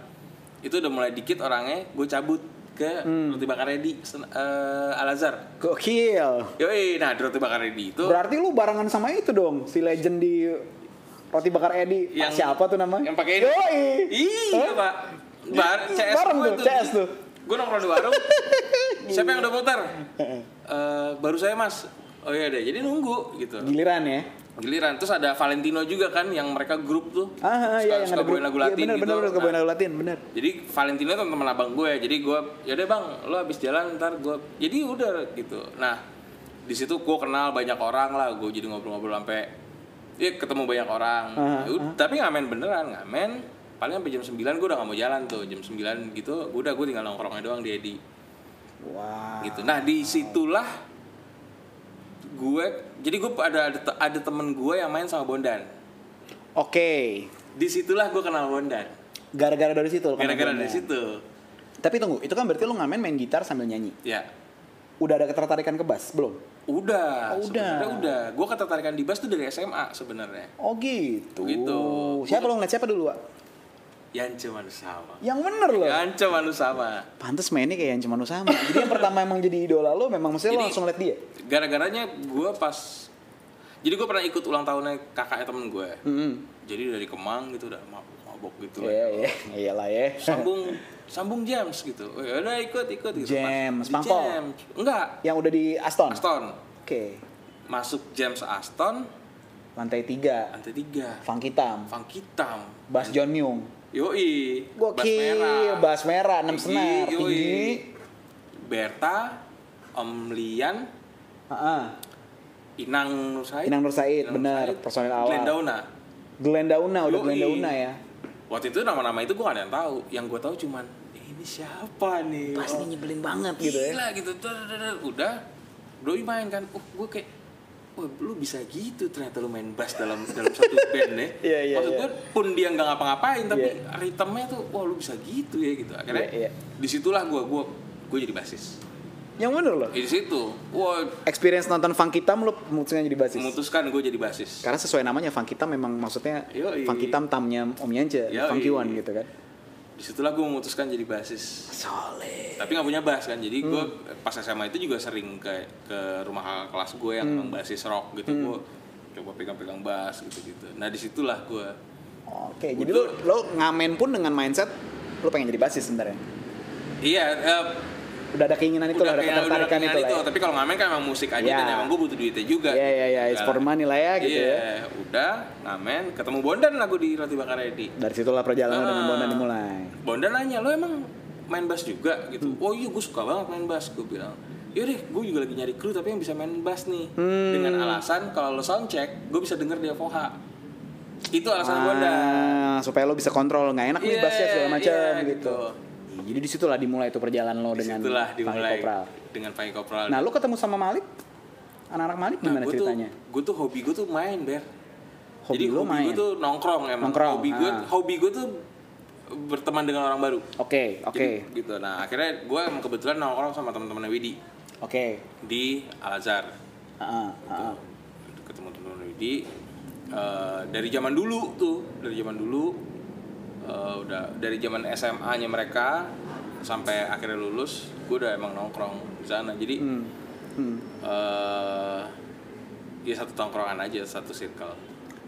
B: itu udah mulai dikit orangnya. Gue cabut ke
A: Hmm.
B: roti bakarnya di Sen- eh, Al Azhar.
A: Gokil.
B: Yoi, nah di roti bakarnya di itu
A: Berarti lu barengan sama itu dong, si legend di Roti Bakar Edi. Pak
B: Yang-
A: siapa tuh namanya?
B: yang pakai ini.
A: Yoi.
B: Iya,
A: Hah?
B: Pak. Bar CS
A: Bareng
B: gua
A: tuh, CS tuh.
B: Gue nongkrong di warung. Siapa yang udah muter? Eh, baru saya, Mas. Oh iya deh, jadi nunggu gitu.
A: Giliran ya.
B: Giliran terus ada Valentino juga kan yang mereka grup tuh.
A: Ah, ah, iya yang ada
B: suka bawain lagu
A: Iya,
B: Latin
A: bener,
B: gitu.
A: bener, bener,
B: Nah,
A: kebawain lagu Latin, bener.
B: jadi Valentino itu teman abang gue, jadi gue yaudah bang, lo habis jalan ntar gue, jadi udah gitu. Nah di situ gue kenal banyak orang lah, gue jadi ngobrol-ngobrol sampai, ya ketemu banyak orang.
A: Ah,
B: Ya ud- Tapi ngamen beneran ngamen, paling sampai jam 9 gue udah gak mau jalan tuh, jam 9 gitu, gue udah gue tinggal nongkrongnya doang di Edi.
A: Wah.
B: Gitu. Nah disitulah gue, jadi gue ada ada, te- ada temen gue yang main sama Bondan.
A: Oke.
B: Disitulah gue kenal Bondan.
A: Gara-gara dari situ. lo kenal
B: Gara-gara
A: bandnya.
B: dari situ.
A: Tapi tunggu, itu kan berarti lu ngamen main gitar sambil nyanyi.
B: Ya,
A: Udah ada ketertarikan ke bass belum?
B: Udah,
A: Oh, udah.
B: sebenarnya udah. Gue ketertarikan di bass tuh dari SMA sebenarnya.
A: Oh gitu.
B: Gitu.
A: Siapa lo ngeliat siapa dulu, Wak?
B: Yance Manusama.
A: Yang bener loh.
B: Yance Manusama.
A: Pantes mainnya kayak yang cuma lo sama. Jadi yang pertama emang jadi idola lo memang maksudnya lo
B: Jadi-
A: langsung liat dia.
B: Gara-garanya gue pas jadi gue pernah ikut ulang tahunnya kakaknya temen gue. Jadi dari Kemang gitu udah mabok, mabok gitu.
A: Iya iya iyalah ya.
B: Sambung sambung James gitu. Oh, ya udah ikut ikut gitu. Mas.
A: James,
B: Di
A: Pangpol.
B: James. Enggak.
A: Yang udah di Aston.
B: Aston.
A: Oke.
B: Masuk James Aston
A: Lantai 3.
B: lantai tiga.
A: Funky Tam.
B: Fangkitam.
A: Bass John Myung.
B: Yoi,
A: Gokil, bas merah, enam senar,
B: Tinggi, yoi.
A: tinggi.
B: Berta, Om Lian,
A: Heeh.
B: Inang Nur Said.
A: Inang Nur Said, bener, personil awal.
B: Glendauna.
A: Glendauna udah
B: Yoi.
A: Glendauna ya.
B: Waktu itu nama-nama itu gue gak ada yang tahu. Yang gue tahu cuman "Eh, ini siapa nih?
A: Pasti
B: Oh,
A: nyebelin banget gitu ya.
B: Gila gitu. Dar, dar, dar. Udah doi main kan. Uh, gue kayak Wah, lu bisa gitu ternyata lu main bass dalam dalam satu band ya.
A: Iya, iya,
B: Maksud
A: iya.
B: gue pun dia nggak ngapa-ngapain tapi
A: Iya.
B: ritmenya tuh wah lu bisa gitu ya gitu. Akhirnya
A: Iya, iya.
B: disitulah gue gue gue jadi bassist.
A: Yang bener loh.
B: Di situ, wah
A: Experience nonton Funkitam lo memutuskan jadi basis.
B: memutuskan gue jadi bassist.
A: Karena sesuai namanya Funkitam memang maksudnya
B: Yoi.
A: Funkitam tamnya Om Yance,
B: Yoi.
A: Funky One gitu kan.
B: Disitulah gue memutuskan jadi bassist.
A: Soleh.
B: tapi nggak punya bass kan jadi gue
A: Hmm.
B: pas SMA itu juga sering ke ke rumah kakak kelas gue yang
A: Hmm.
B: memang basis rock gitu gue coba pegang-pegang bass gitu gitu nah disitulah gue
A: Oke, jadi lo lo ngamen pun dengan mindset lo pengen jadi basis sebenarnya.
B: iya eh,
A: Udah ada keinginan itu,
B: udah
A: lah, ada
B: kayak udah
A: ketertarikan
B: keinginan
A: itu lah. ya.
B: tapi kalau ngamen kan emang musik aja
A: Iya.
B: dan emang gue butuh duitnya juga
A: Iya, iya, iya, it's
B: Nah,
A: for money lah ya, gitu
B: iya, udah ngamen ketemu Bondan lah gue di Roti Bakar Eddy
A: Dari situlah perjalanan dengan
B: Ah.
A: Bondan dimulai.
B: Bondan nanya lo emang main bass juga gitu
A: Hmm.
B: oh iya gue suka banget main bass gue bilang Yaudah, gue juga lagi nyari kru tapi yang bisa main bass nih
A: Hmm.
B: dengan alasan kalau lo sound check gue bisa denger dia voha itu alasan Bondan
A: Ah, supaya lo bisa kontrol nggak enak nih
B: Iya,
A: bassnya segala macam
B: iya,
A: gitu.
B: gitu.
A: Jadi disitulah dimulai tuh perjalanan lo dengan
B: Disitulah
A: Pangi
B: dimulai
A: Kopral.
B: dengan Pangi Kopral
A: Nah lo ketemu sama Malik, anak-anak Malik gimana
B: gue Nah, tuh
A: ceritanya?
B: gue tuh hobi gue tuh main ber
A: Hobi
B: jadi
A: lo
B: hobi
A: main?
B: gue tuh nongkrong emang
A: Nongkrong,
B: hobi gue
A: ah.
B: hobi gue tuh berteman dengan orang baru
A: Oke, oke,
B: Jadi, gitu nah akhirnya gue emang kebetulan nongkrong sama teman-temannya Widi
A: oke.
B: di Al Azhar
A: Ah, ah, ah.
B: ketemu teman Widi eh, dari zaman dulu tuh dari zaman dulu eh, udah dari zaman SMA nya mereka sampai akhirnya lulus gue udah emang nongkrong di sana jadi
A: Hmm, hmm,
B: eh, ya satu tongkrongan aja satu circle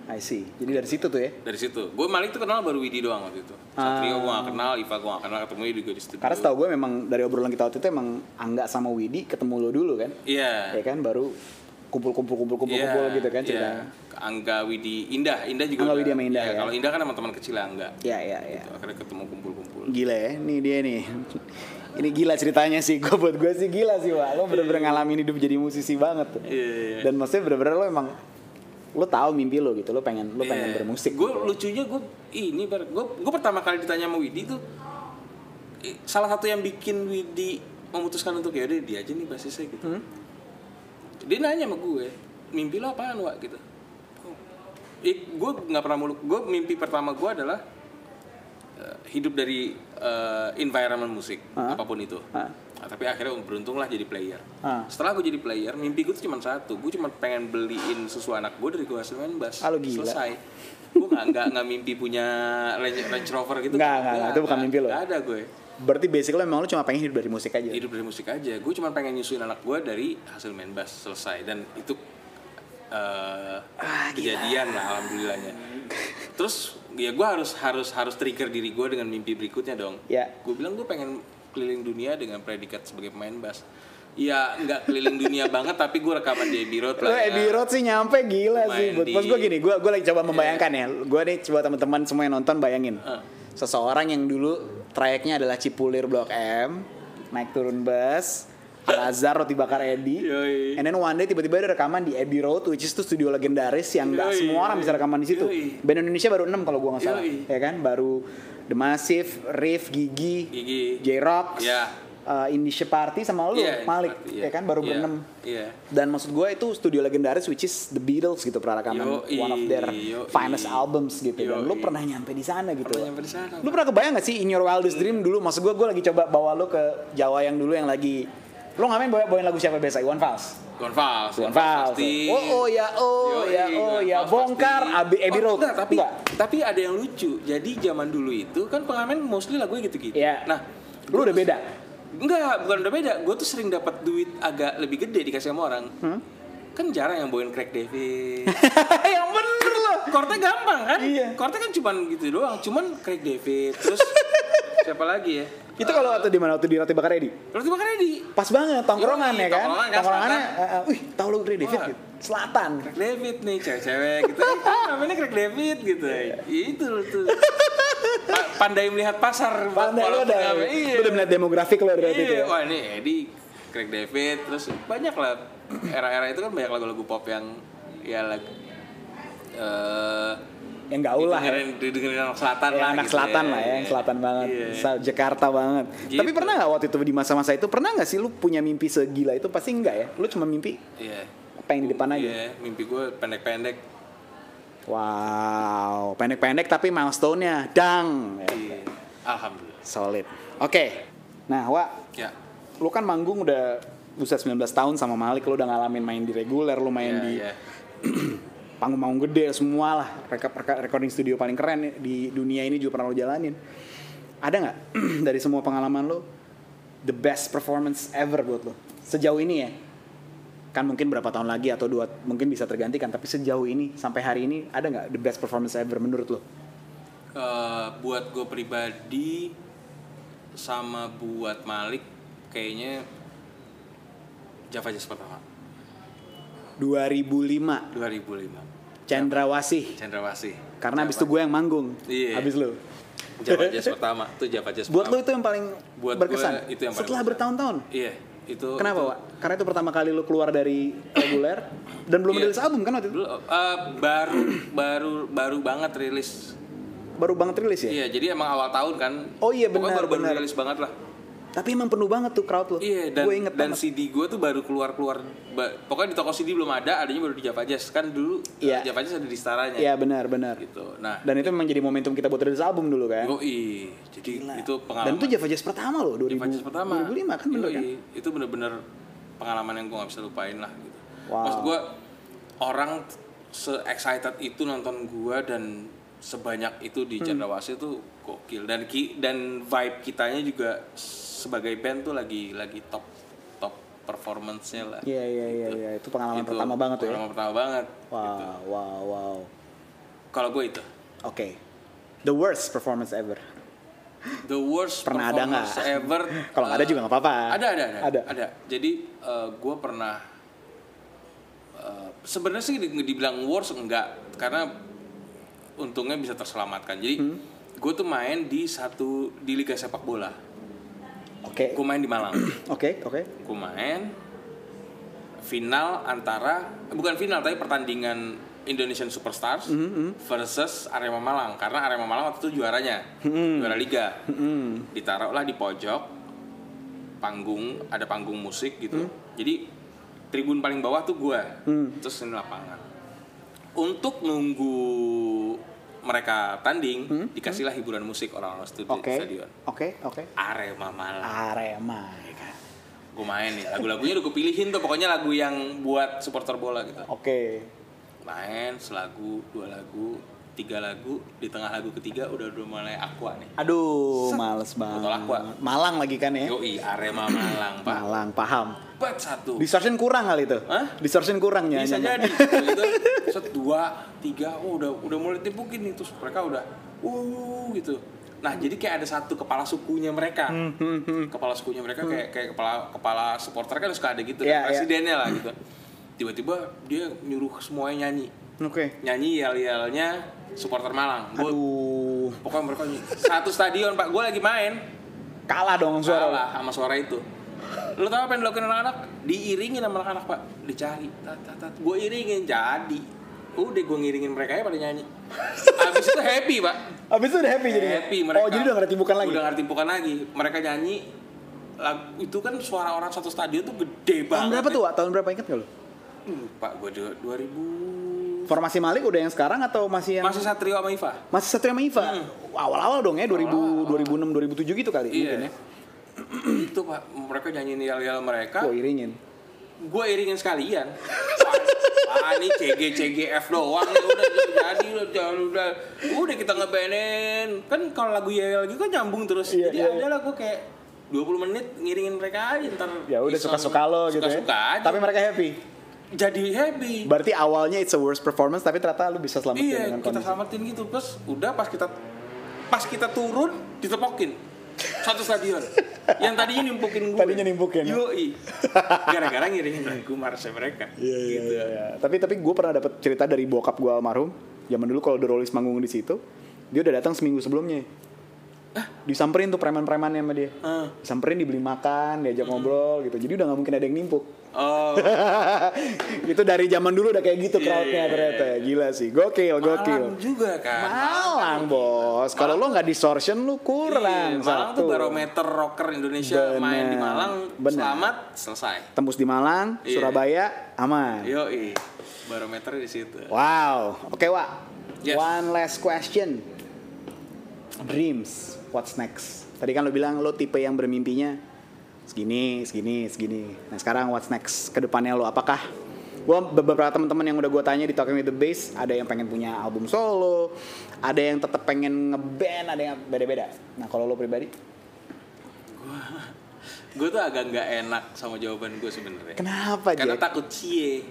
A: I see. Jadi dari situ tuh ya.
B: dari situ gue Malik tuh kenal baru Widi doang waktu itu Satrio gue
A: Ah.
B: gak kenal Iva gue gak kenal ketemu juga di studio
A: Karena setahu gue memang dari obrolan kita waktu itu emang Angga sama Widi ketemu lo dulu kan?
B: iya
A: Ya kan, baru kumpul-kumpul-kumpul-kumpul-kumpul
B: Iya,
A: gitu kan
B: iya.
A: ceritanya.
B: Angga Widi Indah Indah juga
A: Angga
B: udah-
A: Widi sama Indah,
B: iya,
A: ya.
B: kalau Indah kan sama teman kecil Angga
A: Ya, ya, ya.
B: Gitu, akhirnya ketemu kumpul-kumpul
A: Gila ya, nih dia nih. Ini gila ceritanya sih, gue buat gue sih gila sih Wak. Lo bener-bener ngalamin hidup jadi musisi banget. tuh.
B: Iya, iya, iya.
A: Dan maksudnya bener-bener lo emang, lo tahu mimpi lo gitu, lo pengen lo
B: Iya.
A: pengen bermusik. gitu.
B: Gue Eh, lucunya gue ini bar gue gue pertama kali ditanya sama Widi tuh eh, salah satu yang bikin Widi memutuskan untuk ya udah dia aja nih basisnya gitu.
A: Hmm?
B: Dia nanya sama gue, mimpi lo apaan Wak gitu. Eh, gue nggak pernah muluk. Gue mimpi pertama gue adalah eh, hidup dari eh, environment musik apapun itu.
A: Hah?
B: Nah, tapi akhirnya beruntunglah jadi player.
A: Ah.
B: Setelah gue jadi player, mimpi gue tuh cuma satu. Gue cuma pengen beliin susu anak gue dari gue hasil main bass.
A: Ah, lu gila.
B: Selesai. Gue gak, nggak nggak mimpi punya Range, Range Rover gitu.
A: Nggak, nggak, nggak. Itu bukan
B: nggak.
A: mimpi ya? lo.
B: Nggak ada gue.
A: Berarti basic lo emang lo cuma pengen hidup dari musik aja.
B: Hidup dari musik aja. Gue cuma pengen nyusuin anak gue dari hasil main bass. Selesai. Dan itu eh,
A: Ah,
B: kejadian lah alhamdulillahnya. Terus ya gue harus harus harus trigger diri gue dengan mimpi berikutnya dong
A: Ya.
B: gue bilang gue pengen keliling dunia dengan predikat sebagai pemain bass ya nggak keliling dunia banget tapi gue rekaman di Abbey Road
A: Lo
B: lah ya.
A: Abbey Road sih nyampe gila
B: Main
A: sih. Buat
B: di- Iya.
A: pas gue gini, gue gue lagi coba membayangkan ya. Gue nih coba teman-teman semua yang nonton bayangin.
B: Heeh.
A: Seseorang yang dulu trayeknya adalah Cipulir Blok M, naik turun bus, Al Azhar roti bakar Edi.
B: Yoi.
A: And then one day tiba-tiba ada rekaman di Abbey Road which is tuh studio legendaris yang nggak
B: Yoi,
A: semua orang
B: yoi.
A: bisa rekaman di situ.
B: Yoi.
A: Band Indonesia baru 6 kalau gue nggak salah.
B: Yoi.
A: Ya kan? Baru The Massive, Riff, Gigi,
B: gigi
A: J-Rock,
B: Iya.
A: uh, Indische Party sama lu
B: Iya,
A: Malik,
B: seperti,
A: ya kan baru
B: Iya,
A: berenam.
B: iya
A: Dan maksud gue itu studio legendaris which is The Beatles gitu perakaman
B: Yoi,
A: one of their
B: yoi.
A: finest albums gitu dan lu
B: Yoi.
A: pernah nyampe di sana gitu.
B: Pernah nyampe di sana,
A: Lu pernah kebayang gak sih in your wildest dream dulu? Maksud gue gue lagi coba bawa lu ke Jawa yang dulu yang lagi lu ngamen bawa bawain lagu siapa biasa? Iwan Fals.
B: Iwan Fals
A: Iwan
B: Iwan
A: Fals.
B: pasti
A: Oh oh ya oh
B: Yoi,
A: ya oh
B: Iwan
A: ya
B: Fals
A: bongkar
B: pasti.
A: Abi Abbey
B: Oh,
A: Road.
B: enggak, tapi
A: Enggak.
B: tapi ada yang lucu jadi zaman dulu itu kan pengamen mostly lagunya gitu-gitu
A: Iya.
B: nah
A: Lu udah beda.
B: Enggak, bukan udah beda. Gue tuh sering dapat duit agak lebih gede dikasih sama orang.
A: Hmm?
B: Kan jarang yang bawain Craig David.
A: yang bener lo.
B: Kortnya gampang kan?
A: Iya.
B: Kortnya kan cuman gitu doang, cuman Craig David. Terus siapa lagi ya?
A: Itu kalau waktu di mana waktu di Roti Bakar Eddy?
B: Roti Bakar Eddy.
A: Pas banget tongkrongan
B: Yoi,
A: ya kan?
B: tongkrongan kan,
A: Tongkrongannya, eh, eh, wih tahu lu Grey David
B: Wah.
A: gitu. Selatan.
B: Craig David nih cewek-cewek gitu. Eh, Namanya Craig David gitu. Itu tuh. Pa- pandai melihat pasar
A: Pandai lo
B: walaupun
A: ada.
B: apa, iya.
A: Lu udah melihat demografik lo berarti itu
B: Iya,
A: ya.
B: wah ini Eddie, Craig David, terus banyak lah era-era itu kan banyak lagu-lagu pop yang ya lagu eh
A: Yang gaul lah ya.
B: didengerin, didengerin anak selatan
A: Ya,
B: lah
A: anak
B: gitu
A: selatan lah ya, yang selatan banget,
B: Iya.
A: Sa- Jakarta banget.
B: Gitu.
A: Tapi pernah nggak waktu itu di masa-masa itu pernah nggak sih lu punya mimpi segila itu? Pasti enggak ya. Lu cuma mimpi
B: Iya.
A: apa yang di depan aja.
B: Iya, mimpi gue pendek-pendek.
A: Wow, pendek-pendek tapi milestone-nya dang. Ya,
B: Iya. Alhamdulillah.
A: Solid. Oke. Nah, Wak,
B: Ya.
A: lu kan manggung udah buset 19 tahun sama Malik lu udah ngalamin main di reguler lu main
B: Iya,
A: di
B: iya.
A: panggung-panggung gede semua lah Reka- reka- recording studio paling keren di dunia ini juga pernah lu jalanin ada nggak dari semua pengalaman lu the best performance ever buat lu sejauh ini ya kan mungkin berapa tahun lagi atau dua mungkin bisa tergantikan tapi sejauh ini sampai hari ini ada nggak the best performance ever menurut lu
B: Eh, buat gue pribadi sama buat Malik kayaknya Java Jazz pertama
A: 2005
B: 2005
A: Cendrawasih
B: Cendrawasih
A: karena abis itu gue yang manggung
B: Iya.
A: abis lu
B: Java Jazz pertama itu Java Jazz
A: buat lu
B: pertama.
A: itu yang paling
B: Buat
A: berkesan
B: gua itu yang paling
A: setelah
B: berkesan.
A: bertahun-tahun
B: iya itu
A: kenapa
B: itu-
A: Wak? karena itu pertama kali lu keluar dari reguler dan belum
B: Iya.
A: rilis album kan waktu itu
B: Belum, eh, baru baru baru banget rilis
A: baru banget rilis ya
B: iya jadi emang awal tahun kan
A: Oh iya,
B: Pokoknya
A: benar,
B: baru baru
A: benar.
B: rilis banget lah
A: tapi emang penuh banget tuh crowd lu
B: iya dan
A: gue inget
B: dan
A: banget
B: CD gue tuh baru keluar keluar pokoknya di toko CD belum ada adanya baru di Java Jazz kan dulu
A: Iya.
B: eh, Java Jazz ada di staranya
A: iya benar benar
B: gitu nah
A: dan itu memang jadi momentum kita buat rilis album dulu kan
B: Yoi, jadi itu
A: dan
B: pengalaman
A: itu Java Jazz pertama loh 2000,
B: Java Jazz pertama
A: 2005 kan bener
B: Yoi,
A: kan
B: itu bener-bener pengalaman yang gue gak bisa lupain lah gitu
A: Wow.
B: maksud gue orang se excited itu nonton gue dan sebanyak itu
A: Hmm.
B: di Cendrawasih itu gokil dan ki dan vibe kitanya juga sebagai band tuh lagi lagi top top performance-nya lah
A: iya iya iya iya. itu pengalaman
B: Itu
A: pertama banget tuh ya
B: pengalaman Gitu. pertama banget
A: wow wow wow
B: kalau gue itu
A: oke the worst performance ever
B: the worst
A: Pernah ada nggak?
B: performance ever
A: kalau nggak ada juga nggak apa-apa
B: ada ada ada
A: ada
B: ada. jadi gue pernah eh, sebenarnya sih di- dibilang worst enggak karena untungnya bisa terselamatkan jadi
A: Hmm.
B: gue tuh main di satu di liga sepak bola
A: oke
B: gue main di Malang
A: oke oke
B: gue main final antara bukan final tapi pertandingan Indonesian Superstars versus Arema Malang karena Arema Malang waktu itu juaranya juara liga ditaruhlah di pojok panggung ada panggung musik gitu jadi tribun paling bawah tuh gua terus ini lapangan untuk nunggu mereka tanding dikasihlah hiburan musik orang-orang studi-
A: oke
B: stadion
A: oke oke
B: Arema Malang
A: Arema ya kan?
B: gue main nih lagu-lagunya udah gue pilihin tuh pokoknya lagu yang buat supporter bola gitu
A: Oke.
B: main selagu dua lagu tiga lagu di tengah lagu ketiga udah udah mulai aqua nih
A: Aduh, males banget.
B: Botol aqua.
A: Malang lagi kan ya?
B: yoi Arema Malang pak
A: Malang, paham.
B: buat satu
A: Distortion kurang kali itu.
B: Hah?
A: Distortion kurang
B: bisa
A: nyanyinya.
B: jadi gitu set dua tiga oh udah udah mulai dipukin nih terus mereka udah uh gitu nah jadi kayak ada satu kepala sukunya mereka
A: Hmm,
B: kepala sukunya mereka kayak kayak kepala kepala supporter kan suka ada
A: Iya,
B: gitu
A: iya.
B: kan, presidennya lah gitu tiba-tiba dia nyuruh semuanya nyanyi
A: Oke.
B: nyanyi yel-yelnya supporter Malang Gua-
A: Aduh,
B: pokoknya mereka nyanyi. satu stadion pak gue lagi main
A: kalah dong suara. lu.
B: Salah sama suara itu. Lu tahu apa yang dilakukan anak-anak? Diiringin sama anak-anak, Pak. Dicari. Tat, tat, tat. Gue iringin jadi. Udah gue ngiringin mereka ya pada nyanyi. Habis itu happy, Pak.
A: Abis itu udah happy jadinya.
B: Happy mereka.
A: Oh, jadi udah gak ada timbukan lagi.
B: Udah nggak ada timbukan lagi. Mereka nyanyi lagu- itu kan suara orang satu stadion tuh gede
A: Tahun
B: banget. Hmm,
A: berapa tuh, Wak? Tahun berapa inget gak lu?
B: Pak, gue 2000
A: Formasi Malik udah yang sekarang atau masih yang
B: masih Satrio sama Iva.
A: masih satu yang Iva? Awal-awal dong ya, 2000, 2006, 2007 gitu kali mungkin
B: Hmm. Iya.
A: ya.
B: itu, Pak. Mereka nyanyiin yel-yel mereka.
A: Gue iringin.
B: gue iringin sekalian ah ini CG CGF doang ya udah jadi udah udah udah udah kita ngebenin kan kalau lagu Yel gitu kan nyambung terus
A: Iya,
B: jadi
A: iya, iya.
B: ada lah gue kayak 20 menit ngiringin mereka aja ntar
A: Ya udah
B: iseng.
A: suka-suka lo gitu ya.
B: suka-suka aja
A: Tapi mereka happy.
B: jadi happy
A: Berarti awalnya it's a worst performance tapi ternyata lu bisa selamatin
B: iya
A: dengan
B: kita
A: kondisi.
B: selamatin gitu terus udah pas kita pas kita turun ditepokin satu stadion yang tadinya nimpukin gue
A: Tadinya nimpukin, ya?
B: yoi gara-gara ngiringin lagu marsnya mereka
A: Iya iya
B: gitu.
A: iya, iya. Tapi tapi gue pernah dapat cerita dari bokap gue almarhum. Zaman dulu kalau The Rollies manggung di situ, dia udah datang seminggu sebelumnya. disamperin tuh preman-premannya sama dia
B: Ah. Hmm.
A: disamperin dibeli makan diajak ngobrol gitu jadi udah nggak mungkin ada yang nimpuk
B: Oh,
A: itu dari zaman dulu udah kayak gitu
B: Iya,
A: crowdnya
B: iya, iya.
A: ternyata gila sih gokil gokil
B: Malang juga kan.
A: Malang bos kalau lo nggak distortion lo kurang
B: Iya, Malang
A: satu.
B: tuh barometer rocker Indonesia main di
A: Bener,
B: Malang
A: bener.
B: selamat selesai.
A: tembus di Malang
B: Iya.
A: Surabaya aman
B: Yo barometer di situ.
A: Wow. Oke, Wak.
B: Yes.
A: One last question. Dreams. What's next? Tadi kan lo bilang lo tipe yang bermimpinya segini, segini, segini. Nah sekarang what's next? Kedepannya lo apakah? Gue beberapa teman-teman yang udah gue tanya di Talking with the Bass, ada yang pengen punya album solo, ada yang tetap pengen ngeband, ada yang beda-beda. Nah kalau lo pribadi,
B: Gue tuh agak nggak enak sama jawaban gue sebenarnya.
A: kenapa
B: Karena
A: Jack?
B: takut cie.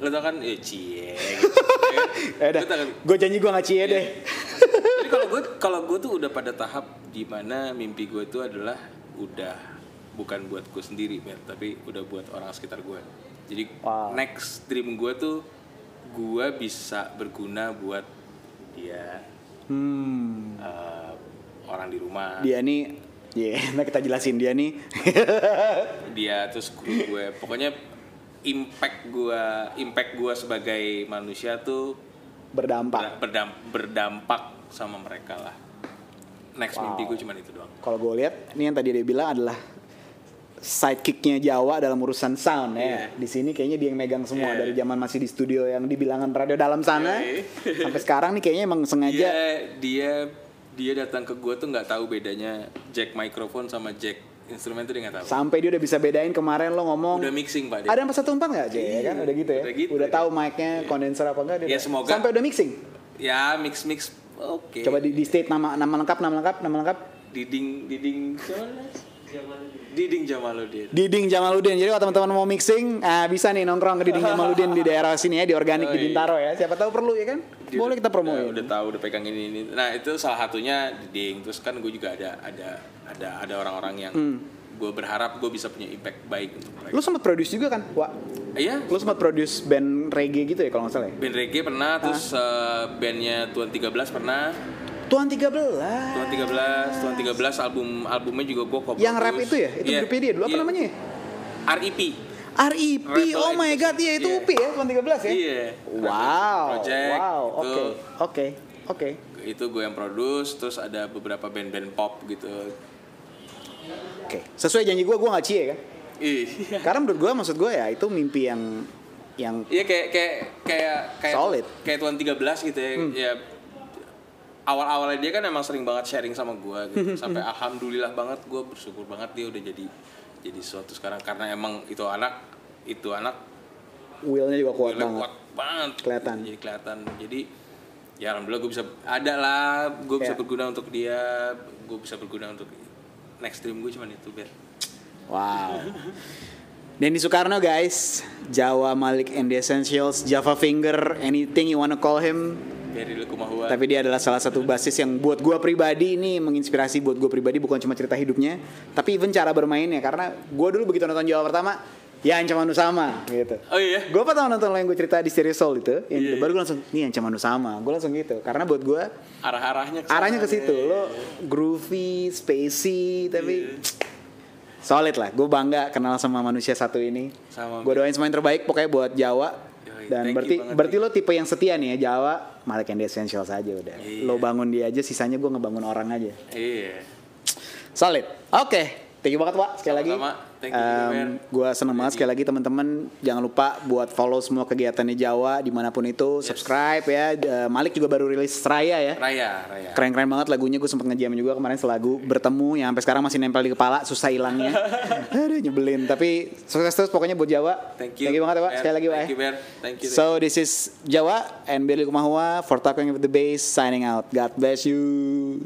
B: Lo tau kan, eh cie. Gitu.
A: Eh, udah,
B: Gua takut.
A: gue janji gue nggak cie
B: Iya.
A: deh.
B: Jadi kalau gue kalau gue tuh udah pada tahap dimana mimpi gue tuh adalah udah bukan buat gue sendiri Mer, tapi udah buat orang sekitar gue. Jadi
A: Wow.
B: next dream gue tuh gue bisa berguna buat dia
A: Hmm,
B: eh, orang di rumah
A: dia
B: dia,
A: nih, ya, nah kita jelasin dia nih.
B: terus guru gue. Pokoknya impact gue impact gue sebagai manusia tuh
A: berdampak.
B: ber- berdam- berdampak sama mereka lah. Next mimpi gue cuman itu doang.
A: Kalau gue lihat, ini yang tadi dia bilang adalah sidekicknya Jawa dalam urusan sound ya.
B: Iya.
A: Di sini kayaknya dia yang megang semua
B: Iya.
A: dari zaman masih di studio yang di bilangan radio dalam sana
B: Iya.
A: sampai sekarang nih kayaknya emang
B: dia
A: sengaja.
B: Iya, dia dia datang ke gue tuh nggak tahu bedanya jack mikrofon sama jack instrumen tuh dia nggak tahu
A: Sampai dia udah bisa bedain kemarin lo ngomong
B: udah mixing pak dia
A: ada empat satu empat nggak aja ya kan udah gitu ya.
B: udah gitu
A: udah
B: dia.
A: tahu mic-nya kondenser apa enggak dia.
B: Ya,
A: udah-
B: semoga. Iya.
A: Sampai udah mixing.
B: ya mix mix oke
A: Coba di, di state nama nama lengkap nama lengkap nama lengkap.
B: diding diding siapa namanya? diding Jamaluddin
A: Diding Jamaludin. Jadi kalau teman-teman mau mixing, eh, bisa nih nongkrong ke Diding Jamaludin di daerah sini ya, di organik di
B: Yoi.
A: Bintaro ya. Siapa tahu perlu ya kan?
B: Dia
A: Boleh
B: udah-
A: kita promoin.
B: udah, udah tahu udah pegang ini ini nah itu salah satunya diding terus kan gue juga ada ada ada ada orang-orang yang
A: Hmm.
B: gue berharap gue bisa punya impact baik untuk mereka
A: Lu sempat produce juga kan, Wak?
B: iya
A: Lu sempat produce band reggae gitu ya kalau nggak salah ya?
B: band reggae pernah terus eh, bandnya tuan 13 pernah
A: Tuan 13.
B: Tuan 13, Tuan 13 album albumnya juga gue kok.
A: Yang rap itu ya? Itu
B: Iya.
A: grupnya dia dulu apa namanya ya?
B: RIP.
A: R.I.P.
B: Rapper
A: Oh my
B: Life
A: god,
B: Crisis.
A: iya itu
B: Iya.
A: UPI ya, Tuan 13 ya?
B: Iya.
A: Wow.
B: Project, gitu.
A: wow,
B: itu.
A: oke. Oke. Oke.
B: Itu gue yang produce, terus ada beberapa band-band pop gitu.
A: Oke. Sesuai janji gua, gua nggak cie kan?
B: Ih.
A: Karena menurut gua maksud gua ya itu mimpi yang yang
B: Iya kayak kayak kayak kayak
A: Solid. Hmm.
B: kayak Tuan 13 gitu ya. Ya awal-awalnya dia kan emang sering banget sharing sama gue gitu. Sampai alhamdulillah banget gue bersyukur banget dia udah jadi jadi suatu sekarang karena emang itu anak itu anak
A: will-nya juga kuat
B: Gila,
A: banget.
B: kuat banget.
A: Kelihatan.
B: Jadi kelihatan. Jadi ya alhamdulillah gue bisa ada lah, gue
A: Ya.
B: bisa berguna untuk dia, gue bisa berguna untuk next dream gue cuman itu ber.
A: Wow. Denny Soekarno guys, Jawa Malik and the Essentials, Java Finger, anything you wanna call him,
B: Beri Lukumahua.
A: Tapi dia adalah salah satu basis yang buat gue pribadi ini menginspirasi buat gue pribadi bukan cuma cerita hidupnya, tapi even cara bermainnya karena gue dulu begitu nonton Jawa pertama ya ancaman Usama gitu.
B: Oh iya.
A: Gue pertama nonton lo yang gue cerita di Series Soul itu, yang
B: Iya,
A: itu, baru gue langsung nih ancaman Usama, gue langsung gitu karena buat gue
B: Arah-arahnya sana.
A: arahnya ke situ lo groovy, spacey tapi
B: Iya.
A: solid lah. Gue bangga kenal sama manusia satu ini.
B: Sama.
A: Gue doain semua yang terbaik pokoknya buat Jawa.
B: Yoi,
A: Dan
B: thank you
A: berarti
B: banget,
A: berarti lo tipe yang setia nih ya Jawa, Malik and the Essentials aja udah.
B: Iya.
A: Lo bangun dia aja, sisanya gue ngebangun orang aja.
B: Iya.
A: Solid. Oke. Thank you banget Pak sekali lagi.
B: Sama-sama. Thank you juga, Mer.
A: gue seneng banget sekali lagi teman-teman jangan lupa buat follow semua kegiatannya Jawa dimanapun itu subscribe ya Eh, Malik juga baru rilis Raya ya
B: Raya, Raya.
A: keren-keren banget lagunya gue sempet ngejam juga kemarin selagu bertemu yang sampai sekarang masih nempel di kepala susah hilangnya aduh nyebelin tapi sukses terus pokoknya buat Jawa
B: Thank you.
A: banget ya Pak
B: Ber.
A: sekali lagi Pak
B: Thank
A: ya.
B: you, Ber. Thank you.
A: so this is Jawa and Billy Kumahua for talking with the bass signing out God bless you